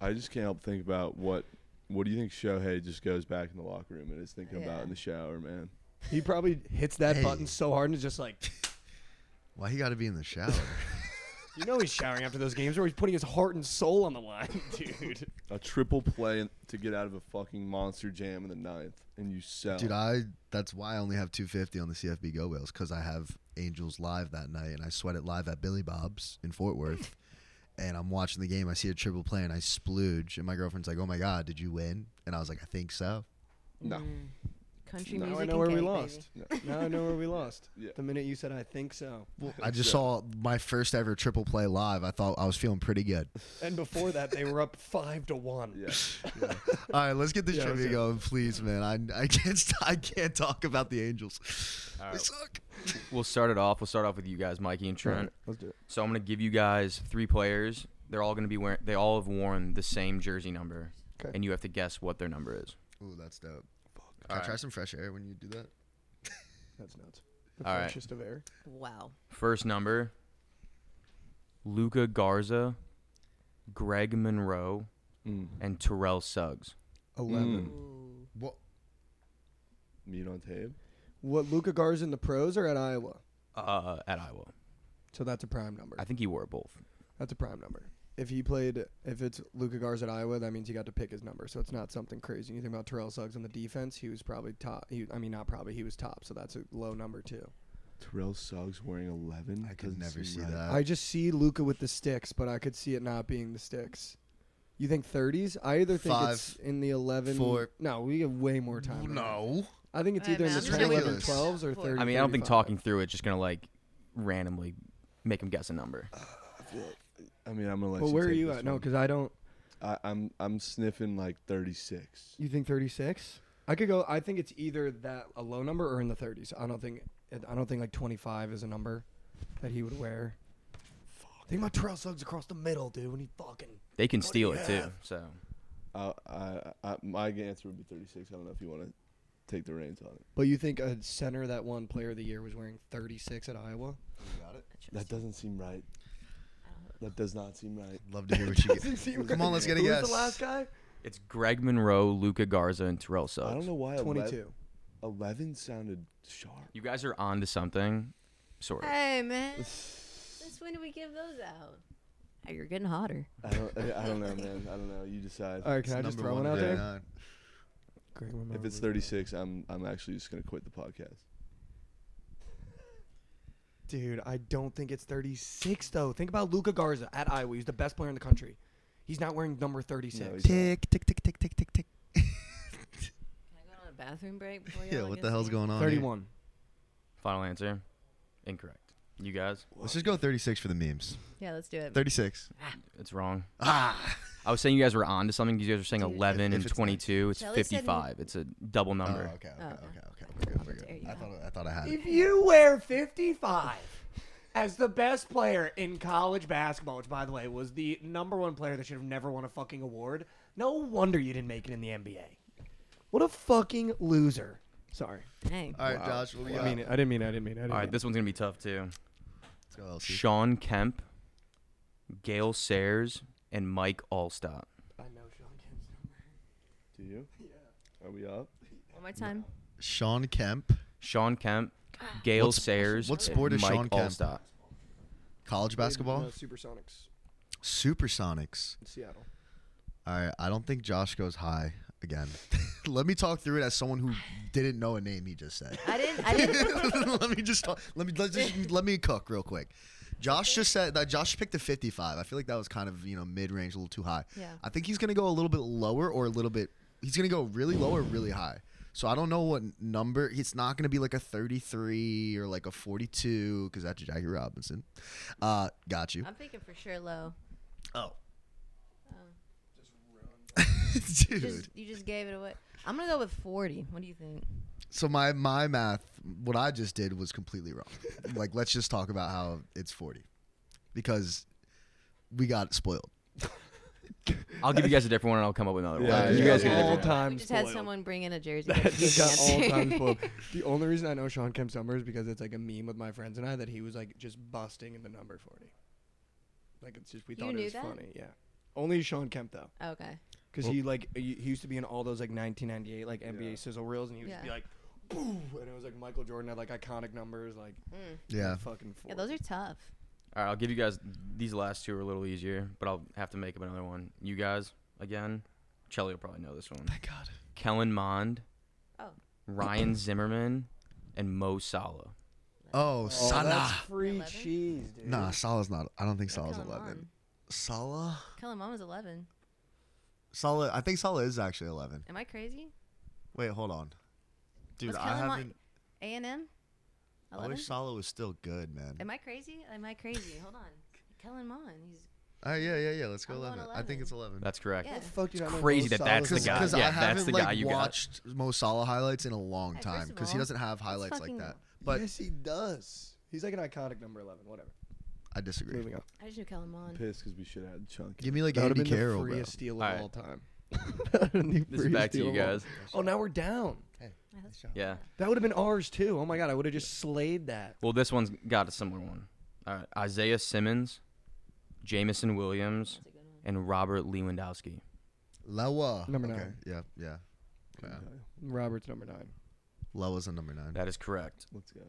I just can't help think about what. What do you think Shohei just goes back in the locker room and is thinking about
Yeah.
in the shower, man?
He probably hits that
Hey.
button so hard and is just like,
Why he got to be in the shower?
you know, he's showering after those games, or he's putting his heart and soul on the line, [LAUGHS] dude.
A triple play in- to get out of a fucking monster jam in the ninth, and you sell.
Dude, I that's why I only have 250 on the CFB Go Whales because I have Angels live that night and I sweat it live at Billy Bob's in Fort Worth. and I'm watching the game. I see a triple play and I splooge. And my girlfriend's like, "Oh my god, did you win?" And I was like, "I think so."
[LAUGHS] No.
Mm. Country
now
music.
I know
and
where we
gang,
lost.
No.
Now I know where we [LAUGHS] lost.
Yeah.
The minute you said, I think so.
I just saw my first ever triple play live. I thought I was feeling pretty good. [LAUGHS]
And before that, they were up five to one.
[LAUGHS] Yeah.
All right, let's get this
Yeah,
trivia
okay.
going, please, man. I, I can't st- I can't talk about the Angels.
All
They
right.
suck.
[LAUGHS]
We'll start it off. We'll start off with you guys, Mikey and Trent.
Let's do it.
So I'm gonna give you guys three players. They're all gonna be wearing. They all have worn the same jersey number,
Okay.
and you have to guess what their number is.
Ooh, that's dope. Can
All
I try
right.
some fresh air when you do that?
That's nuts. The
All right.
freshest of air.
baby. Wow.
First number: Luca Garza, Greg Monroe,
Mm.
and Terrell Suggs.
Eleven.
Mm.
Ooh.
What?
Meat on tape.
What Luca Garza in the pros or at Iowa?
Uh, at Iowa,
So that's a prime number.
I think he wore both.
That's a prime number. If he played, if it's Luca Garza at Iowa, that means he got to pick his number. So it's not something crazy. You think about Terrell Suggs on the defense; he was probably top. He, I mean, not probably. He was top, so that's a low number too.
Terrell Suggs wearing eleven.
I
Doesn't
could never see
seem right.
that.
I just see Luca with the sticks, but I could see it not being the sticks. You think 30s? I either think it's
Five,
in the 11.
four.
No, we have way more time. than
No.
that. I think it's
All right,
either in the
man,
I'm
10,
just gonna
11,
guess
12s or
four.
30.
I mean, I don't think
35.
talking through it's just gonna like randomly make him guess a number.
I mean, I'm gonna let
Well,
you.
where are
take
you
this
at? No,
one.
because I don't.
I, I'm I'm sniffing like 36.
You think 36? I could go. I think it's either that a low number or in the 30s. I don't think. I don't think like 25 is a number that he would wear. Think about Terrell Suggs across the middle, dude. When he fucking.
They can steal it too. So
I, I, I my answer would be 36. I don't know if you want to take the reins on it.
But you think a center that won Player of the Year was wearing 36 at Iowa?
You got it.
That doesn't seem right. That does not seem right.
Love to hear [LAUGHS] what you
Doesn't seem
get. Come on,
right.
let's get a
Who
guess.
was the last guy?
It's Greg Monroe, Luca Garza, and Terrell Suggs.
I don't know why
22.
22. 11 sounded sharp.
You guys are on to something, sort of.
Hey man,
[SIGHS]
since when do we give those out? Hey, You're getting hotter.
I don't, I I don't know, man. I don't know. You decide.
All right,
It's
can I just
number
throw one out
today,
there?
huh?
Greg Monroe,
If it's
Luke
36, I'm I'm actually just gonna quit the podcast.
Dude, I don't think it's 36 though. Think about Luca Garza at Iowa. He's the best player in the country. He's not wearing number 36.
No, he's-
Tick, tick, tick, tick, tick, tick, tick.
Can I go on a bathroom break? Before
Yeah,
y'all
what
get
the hell's
started?
going on? here?
31.
Final answer, incorrect. You guys,
Let's just go 36 for the memes.
Yeah, let's do it.
36.
it's wrong.
Ah!
I was saying you guys were on to something. You guys are saying
Dude,
11
if
and
it's
22. It's
Shelly said
55. It's a double
Oh,
number.
okay, okay,
Oh,
okay,
okay.
okay. We're good, we're
How dare
good.
you.
I thought, I thought I had it.
If you wear 55 as the best player in college basketball, which by the way was the number one player that should have never won a fucking award, no wonder you didn't make it in the NBA. What a fucking loser. Sorry.
Dang.
All right, Josh, what we got?
I mean, I didn't mean. I didn't mean. I didn't
All
mean.
right, this one's gonna be tough too.
Let's go, LC.
Sean Kemp, Gail Sayers, and Mike Allstott.
I know Sean Kemp's number.
Do you? Yeah. Are we up?
One more time.
Sean Kemp,
Sean Kemp, Gail
What sp-
Sayers,
what sport
and
is
Mike
Sean Kemp?
Allstott.
college basketball,
Supersonics
Supersonics.
in Seattle.
All right, I don't think Josh goes high again. [LAUGHS] let me talk through it as someone who didn't know a name he just said.
I didn't. I didn't. [LAUGHS]
[LAUGHS] let me just talk, let me let just let me cook real quick. Josh just said that Josh picked a 55. I feel like that was kind of you know mid range, a little too high.
Yeah.
I think he's gonna go a little bit lower or a little bit. He's gonna go really low or really high. So I don't know what number. It's not gonna be like a 33 or like a 42 because that's Jackie Robinson. Uh, got you.
I'm thinking for sure low.
Oh. [LAUGHS] Dude.
Just, you just gave it away. I'm gonna go with 40. What do you think?
So my my math, what I just did was completely wrong. [LAUGHS] like let's just talk about how it's forty, because we got spoiled.
I'll give you guys a different one, and I'll come up
[LAUGHS]
with another
Yeah,
one.
yeah,
you guys
yeah.
get a
all
different one.
time
we just had
spoiled.
someone bring in a jersey.
That [LAUGHS] just got all time
Answer.
spoiled. [LAUGHS] The only reason I know Sean Kemp's number is because it's like a meme with my friends and I that he was like just busting in the number forty. Like it's just we
You
thought it
knew
was
that?
funny. Yeah. Only Sean Kemp though,
okay.
because he like he he used to be in all those like 1998 like NBA sizzle reels, and he would just be
Yeah.
like, "Boo!" and it was like Michael Jordan had like iconic numbers, like
Yeah.
fucking. 40.
Mm, Yeah, those are tough.
All right, I'll give you guys these last two are a little easier, but I'll have to make up another one. You guys again. Chelly will probably know this one.
Thank God.
Kellen Mond,
Oh.
Ryan Zimmerman, and Mo Salah.
Oh,
Oh, that's
Salah.
free
11?
cheese, dude.
Nah, Salah's not. I don't think Salah's
Kellen
eleven.
Mond.
Salah.
Kellen Mond was 11.
Salah. I think Salah is actually eleven.
Am I crazy?
Wait, hold on. Dude,
Was
I
Kellen Mond
haven't.
A and M.
I
11.
wish Salah was still good, man.
Am I crazy? Am I crazy? Hold on. Kellen Mond. He's
Oh yeah, yeah, yeah. Let's go
I'm going
eleven. I think it's eleven.
That's correct.
Yeah.
Fuck, dude, I know
crazy
Mo
that that's
Salah's
the guy.
number.
Yeah,
I
that's
haven't
the
like
guy you got.
watched Mo Salah highlights in a long
Hey,
time
first of
because he
all,
doesn't have
let's
highlights like
fucking
that.
go.
But
yes, he does. He's like an iconic number eleven. Whatever.
I disagree.
Moving on.
I just knew Kellen Mond.
Pissed because we should have had Chunky.
Give me like
That would have
Andy
been
Carroll,
the
bro.
freest steal of
Alright.
all [LAUGHS] time. The
This is
freest
back to
steal
you
of all-
guys.
Oh, now we're down.
I thought-
Yeah.
That would have been ours too. Oh my god, I would have just slayed that.
Well, this one's got a similar one. All right, Isaiah Simmons, Jamison Williams,
That's a good one.
and Robert Lewandowski.
Lawa.
Number
okay.
nine.
Yeah, yeah. yeah.
Robert's number nine.
Lawa's a number nine.
That is correct.
Let's go.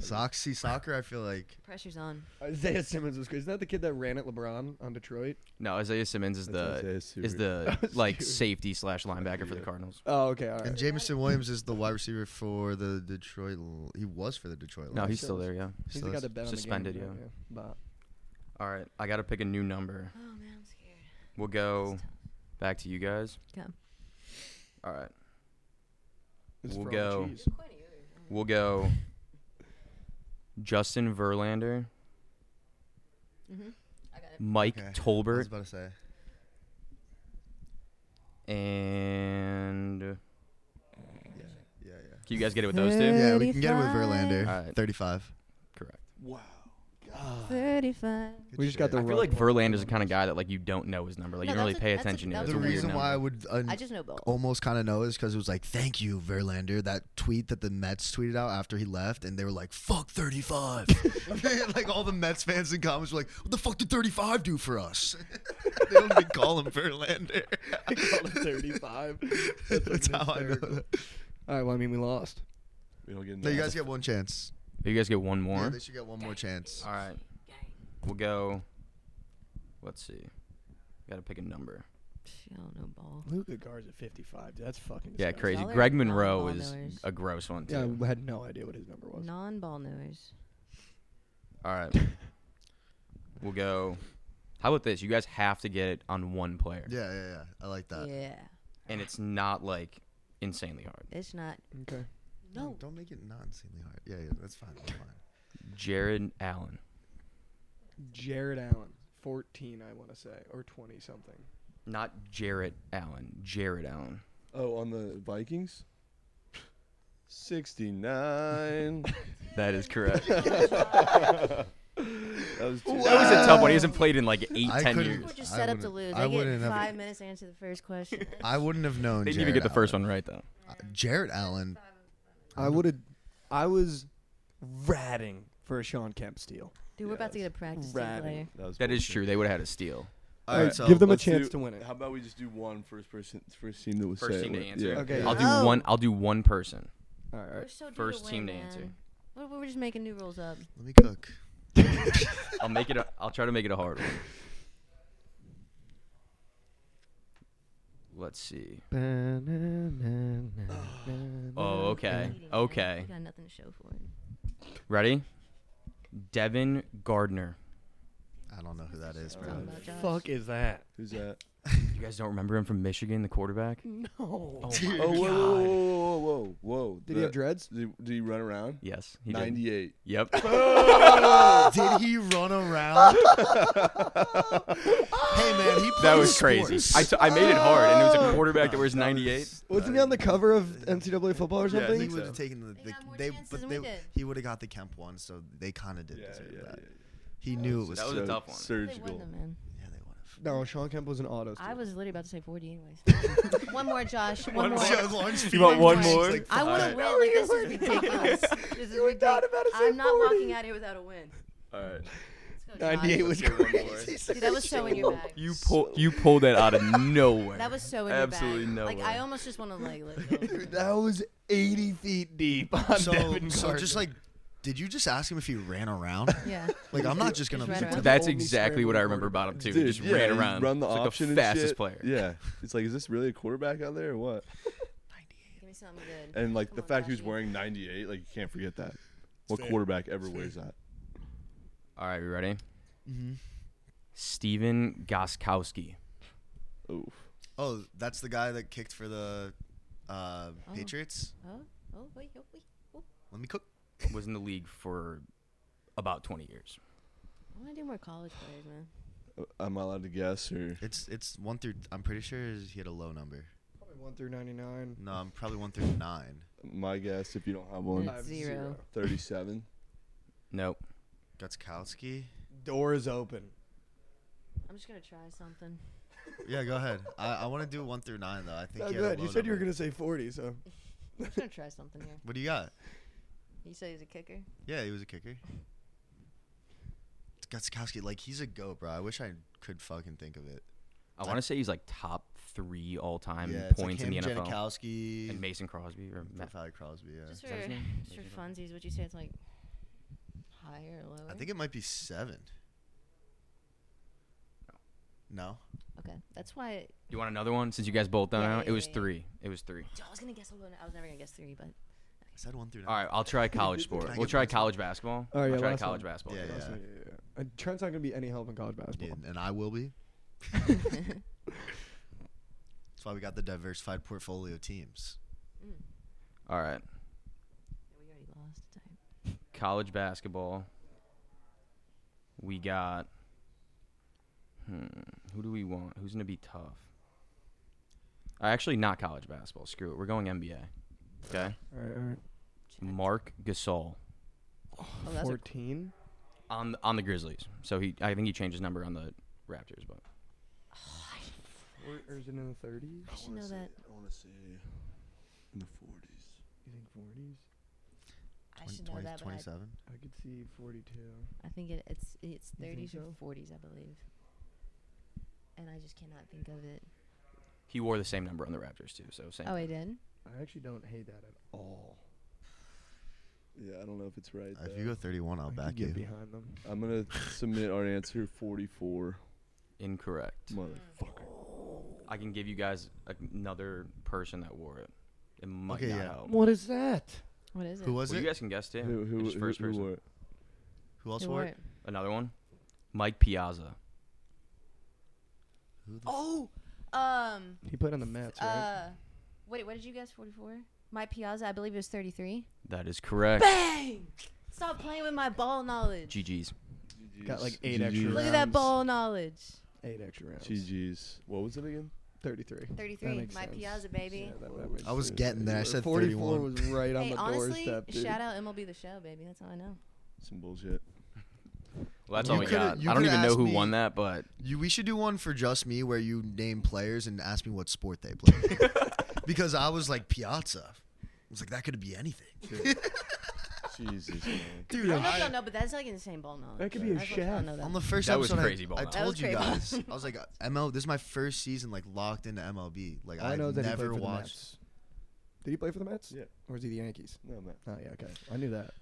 Soxy soccer, I feel like.
Pressure's on.
Isaiah Simmons was crazy. Isn't that the kid that ran at LeBron on Detroit?
No, Isaiah Simmons is
That's
the
Isaiah
is
Stewart.
[LAUGHS]
the
That's
like
Stewart.
safety slash linebacker for the Cardinals.
Oh, okay, all
And
right.
Jameson Williams is the wide receiver for the Detroit. L- He was for the Detroit.
No,
Lions.
he's still there. Yeah.
He's
So
the guy
that's-
that bet
Suspended,
on the game.
yeah.
But
All right, I gotta pick a new number.
Oh man, I'm scared.
We'll
This
go
is tough.
back to you guys.
Okay.
All right,
It's
We'll
for all the
go.
cheese.
You're quite eager.
we'll go. Justin Verlander,
Mm-hmm. I got it.
Mike
Okay. I was
Tolbert,
about to say.
and can
Yeah, yeah.
you guys get it with those two?
Yeah, we can get it with
35.
Verlander.
All right.
Thirty-five.
Correct.
Wow.
God,
Thirty-five.
We just got the
I
Right.
feel like Verlander's the kind of guy that like you don't know his number. Like
No,
you don't really
that's a-
pay
that's a-
attention to
that's a
it. It's
the
a weird
reason
number.
why I would un-
I just know both.
almost kind of know is because it was like, "Thank you, Verlander." That tweet that the Mets tweeted out after he left, and they were like, "Fuck [LAUGHS] 35." like all the Mets fans in comments were like, "What the fuck did 35 do for us?" [LAUGHS] they don't even call him Verlander.
Thirty-five.
That's, how I know. That.
All right. Well, I mean, we lost.
We don't get into
No, you
that.
guys get one chance.
You guys get one more.
Yeah, they should get one more chance.
All right. We'll go. Let's see. Got to pick a number.
I don't know ball.
Luca guards at 55. Dude, that's fucking.
Yeah,
disgusting.
crazy.
Y'all are
Greg
not
Monroe
ball
is
knowers.
a gross one too.
Yeah, I had no idea what his number was.
Non-ball knowers.
All right. we'll go. How about this? You guys have to get it on one player,
Yeah, yeah, yeah. I like that.
yeah,
and it's not like insanely hard.
it's not.
Okay.
No,
Don't make it not insanely hard. Yeah, yeah, that's fine. That's fine.
Jared Allen.
Jared Allen, fourteen, I want to say, or twenty something.
Not Jarrett Allen. Jared Allen.
Oh, on the Vikings?
[LAUGHS]
[LAUGHS] 69.
That is correct.
that was too-
That was a tough one. He hasn't played in like eight,
I
ten
couldn't-
years.
we're just
I
set up to
wouldn't-
lose.
I
I, get
wouldn't have-
five minutes to answer the first question.
I wouldn't have known.
They didn't even get
Jared
the first
Allen. Uh,
one right though.
Jared Allen.
I would have. I was ratting for a Sean Kemp steal.
Dude, we're about to get a practice team
Rabid.
player.
That, was
That is
bullshit.
true. They would have had a steal.
All right,
Alright,
so
give them a
Let's
chance
do-
to win it.
How about we just do one first person, first team that was
First
say
team
it
to
went-
answer.
Yeah.
Okay.
I'll do
Oh.
one. I'll do one person.
All right. all
We're
right.
so due
First
to win,
team to
man.
answer.
We're, we're just making new rules
[LAUGHS]
up.
Let me cook.
I'll make it. A, I'll try to make it a hard one. Let's see. Oh, okay.
Eating, man.
Okay.
We got nothing to show for it.
Ready? Devin Gardner.
I don't know who that is, bro.
Talking about Josh.
Fuck is that?
Who's that?
You guys don't remember him from Michigan, the quarterback?
[LAUGHS]
No.
Oh, whoa, whoa, whoa, whoa, whoa, whoa.
Did he have
[LAUGHS]
dreads?
Did, did he run around?
Yes. He did.
98.
Yep.
[LAUGHS] Did he run around? hey man, he
That
plays
was crazy.
sports.
I, t- I made it hard, and it was a quarterback that wears 98.
[LAUGHS]
[LAUGHS]
Wasn't he on the cover of NCAA football or
Yeah, I
something?
he
think
would have
so.
taken the,
They
the
got more
they,
chances
but
than
they,
we did.
he would have got the Kemp one, so they kind of did
Yeah,
deserve
yeah,
that.
yeah.
He knew it was.
That was a
So
tough one.
They won
Surgical.
them, man.
yeah, they would have.
No, Sean Kemp was an auto.
I
steal.
was literally about to say 40 [LAUGHS] anyways. one
[LAUGHS]
more, Josh. Oh, One, more.
you want
one more?
I want to win. Like, this [LAUGHS] is ridiculous. This is ridiculous. I'm not walking out of here without a win.
All right.
Let's go, Josh.
98 was crazy.
Dude, that was so in your bag.
You pulled you pulled that out of nowhere.
That was so in
Absolutely
your bag.
no
Like,
way.
I almost just want to, like, [LAUGHS] let go.
That was 80 feet deep on
So,
Devin
so just
Gardner.
like, did you just ask him if he
[LAUGHS]
ran around?
Yeah.
Like, I'm not just gonna.
Just ran around.
That's
the only
exactly what I remember about him too. he just ran
you
around,
Run the
He's like
option
the
and
fastest
shit.
player.
Yeah. It's like, is this really a quarterback out there or what?
Give me something good.
And like
Come
the
on,
fact he was
Joshy.
wearing 98, like you can't forget that. What
fair.
quarterback ever wears that?
All right, you ready? Mm-hmm. Steven Goskowski.
Oof.
Oh, that's the guy that kicked for the uh, Patriots.
Oh, oh, wait, oh, wait. Oh,
Let me cook.
was in the league for about 20 years.
I want to do more college players, man.
Uh, Am I allowed to guess or?
It's it's one through. I'm pretty sure is- he had a low number.
Probably 1 through 99.
No, I'm probably one through nine.
My guess, if you don't have one,
It's zero.
37.
Nope.
Gutskowski.
Door is open.
I'm just going to try something.
Yeah, go ahead. I, I want to do one through nine though. I think.
Oh,
he had a
good. You
low
said you were
number.
going to say 40, so.
I'm just going to try something here.
What do you got?
You said he's a kicker?
Yeah, he was a kicker. Gutskowski, like he's a go, bro. I wish I could fucking think of it.
I want to say he's like top three all time
yeah, it's
points
like him,
in the NFL.
Janikowski,
and Mason Crosby or
and
Matt.
Valley Crosby. Yeah.
Just for,
that
[LAUGHS]
his name?
just for
Maybe
funsies, would you say it's like higher or lower?
I think it might be seven. No.
Okay, that's why.
You want another one? Since you guys both don't
Yeah,
know,
yeah,
it was
yeah, yeah.
three. It was three.
Dude, I was gonna guess a little. I was never gonna guess three, but [LAUGHS]
I said one through nine.
All right,
[LAUGHS]
I'll try college
Can I
sport.
get
We'll try
last one?
college basketball.
All right,
I'll
yeah,
try
last
college
one.
basketball.
Yeah,
Yeah,
yeah.
yeah, yeah. And Trent's not going to be any help in college basketball.
Dude, and I will be. That's why we got the diversified portfolio teams.
All right,
we already lost. Time.
college basketball. We got. Hmm, who do we want? Who's gonna be tough? Uh, actually, not college basketball. Screw it. We're going NBA. Okay.
All right, all right.
Mark Gasol.
Oh, that's a,
14?
on on the Grizzlies. So he, I think he changed his number on the Raptors, but
Or is it in the 30s?
I should know that.
I want to say in the 40s.
You think 40s?
I should know that, but I,
27.
I could see 42.
I think it, it's it's
You think
30s or
so?
40s, I believe. And I just cannot think of it.
he wore the same number on the Raptors too. So same.
Oh, I did.
I actually don't hate that at all.
Yeah, I don't know if it's right.
If
though.
you go 31, I'll
I could
back
get
you.
behind them.
I'm gonna submit our answer 44.
Incorrect.
Hmm.
Motherfucker.
I can give you guys another person that wore it. It might
Okay,
not
yeah.
help.
What is that?
What is it?
Who was
Well,
it?
you guys can guess too.
Who, who,
Just
who,
first
who
person.
wore it?
Who else
Who
wore
wore
it?
it?
Another one. Mike Piazza.
Who the
Oh, um,
He played on the Mets, right?
uh, wait, what did you guess? 44? My Piazza, I believe it was 33.
That is correct.
Bang! Stop playing with my ball knowledge.
GG's.
Got like
GGs.
eight extra
Look
GGs.
at that
rounds.
ball knowledge.
Eight extra rounds.
GG's. What was it again?
33. That
33.
makes
My
sense.
Piazza, baby.
Yeah, that- that makes
I was
sense.
getting there. I
Yeah,
said
44
31.
was right on
Hey,
the
honestly,
doorstep, dude.
shout out MLB the show, baby. That's all I know.
Some bullshit.
Well, that's
You
all we
coulda-
got.
you
I don't
coulda
even know
asked
who
me-
won that, but
You, we should do one for just me where you name players and ask me what sport they [LAUGHS] play. because I was like Piazza. I was like that could be anything.
Jesus, man.
I don't
Dude,
know if
I,
y'all know, but that's like insane ball knowledge.
That could be a
That's what- I
chef.
know that.
on the first
That was
episode
crazy
I,
ball
I
knowledge.
That was
told you
crazy
guys. I was like ML this is my first season like locked into MLB. Like
I
I
know that he played
never
for the
watched
Mets. Did he play for the Mets?
Yeah.
Or was he the Yankees?
No, man.
Oh, yeah, okay. I knew that.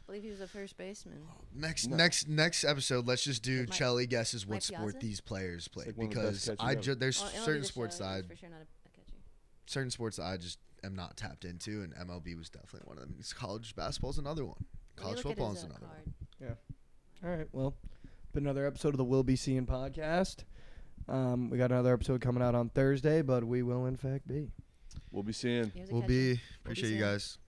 I believe he was a first baseman.
Next
No.
next next episode, let's just do
Like my-
Chelly guesses
my
what sport
Piazza?
these players play
like one of the best
because
catchers
I
ever.
ju- there's
On MLB
certain
The
sports
Show,
that I
he's For sure not a, a catcher.
certain sports that I just am not tapped into, and MLB was definitely one of them. It's college basketball's another one.
Let me
College
look at
football
his,
is
uh,
another one.
card.
All right. Well, been another episode of the Will Be Seeing podcast. Um, we got another episode coming out on Thursday, but we will in fact be.
We'll be seeing.
He was a
We'll
catcher.
be
We'll be
appreciate you
seeing.
guys.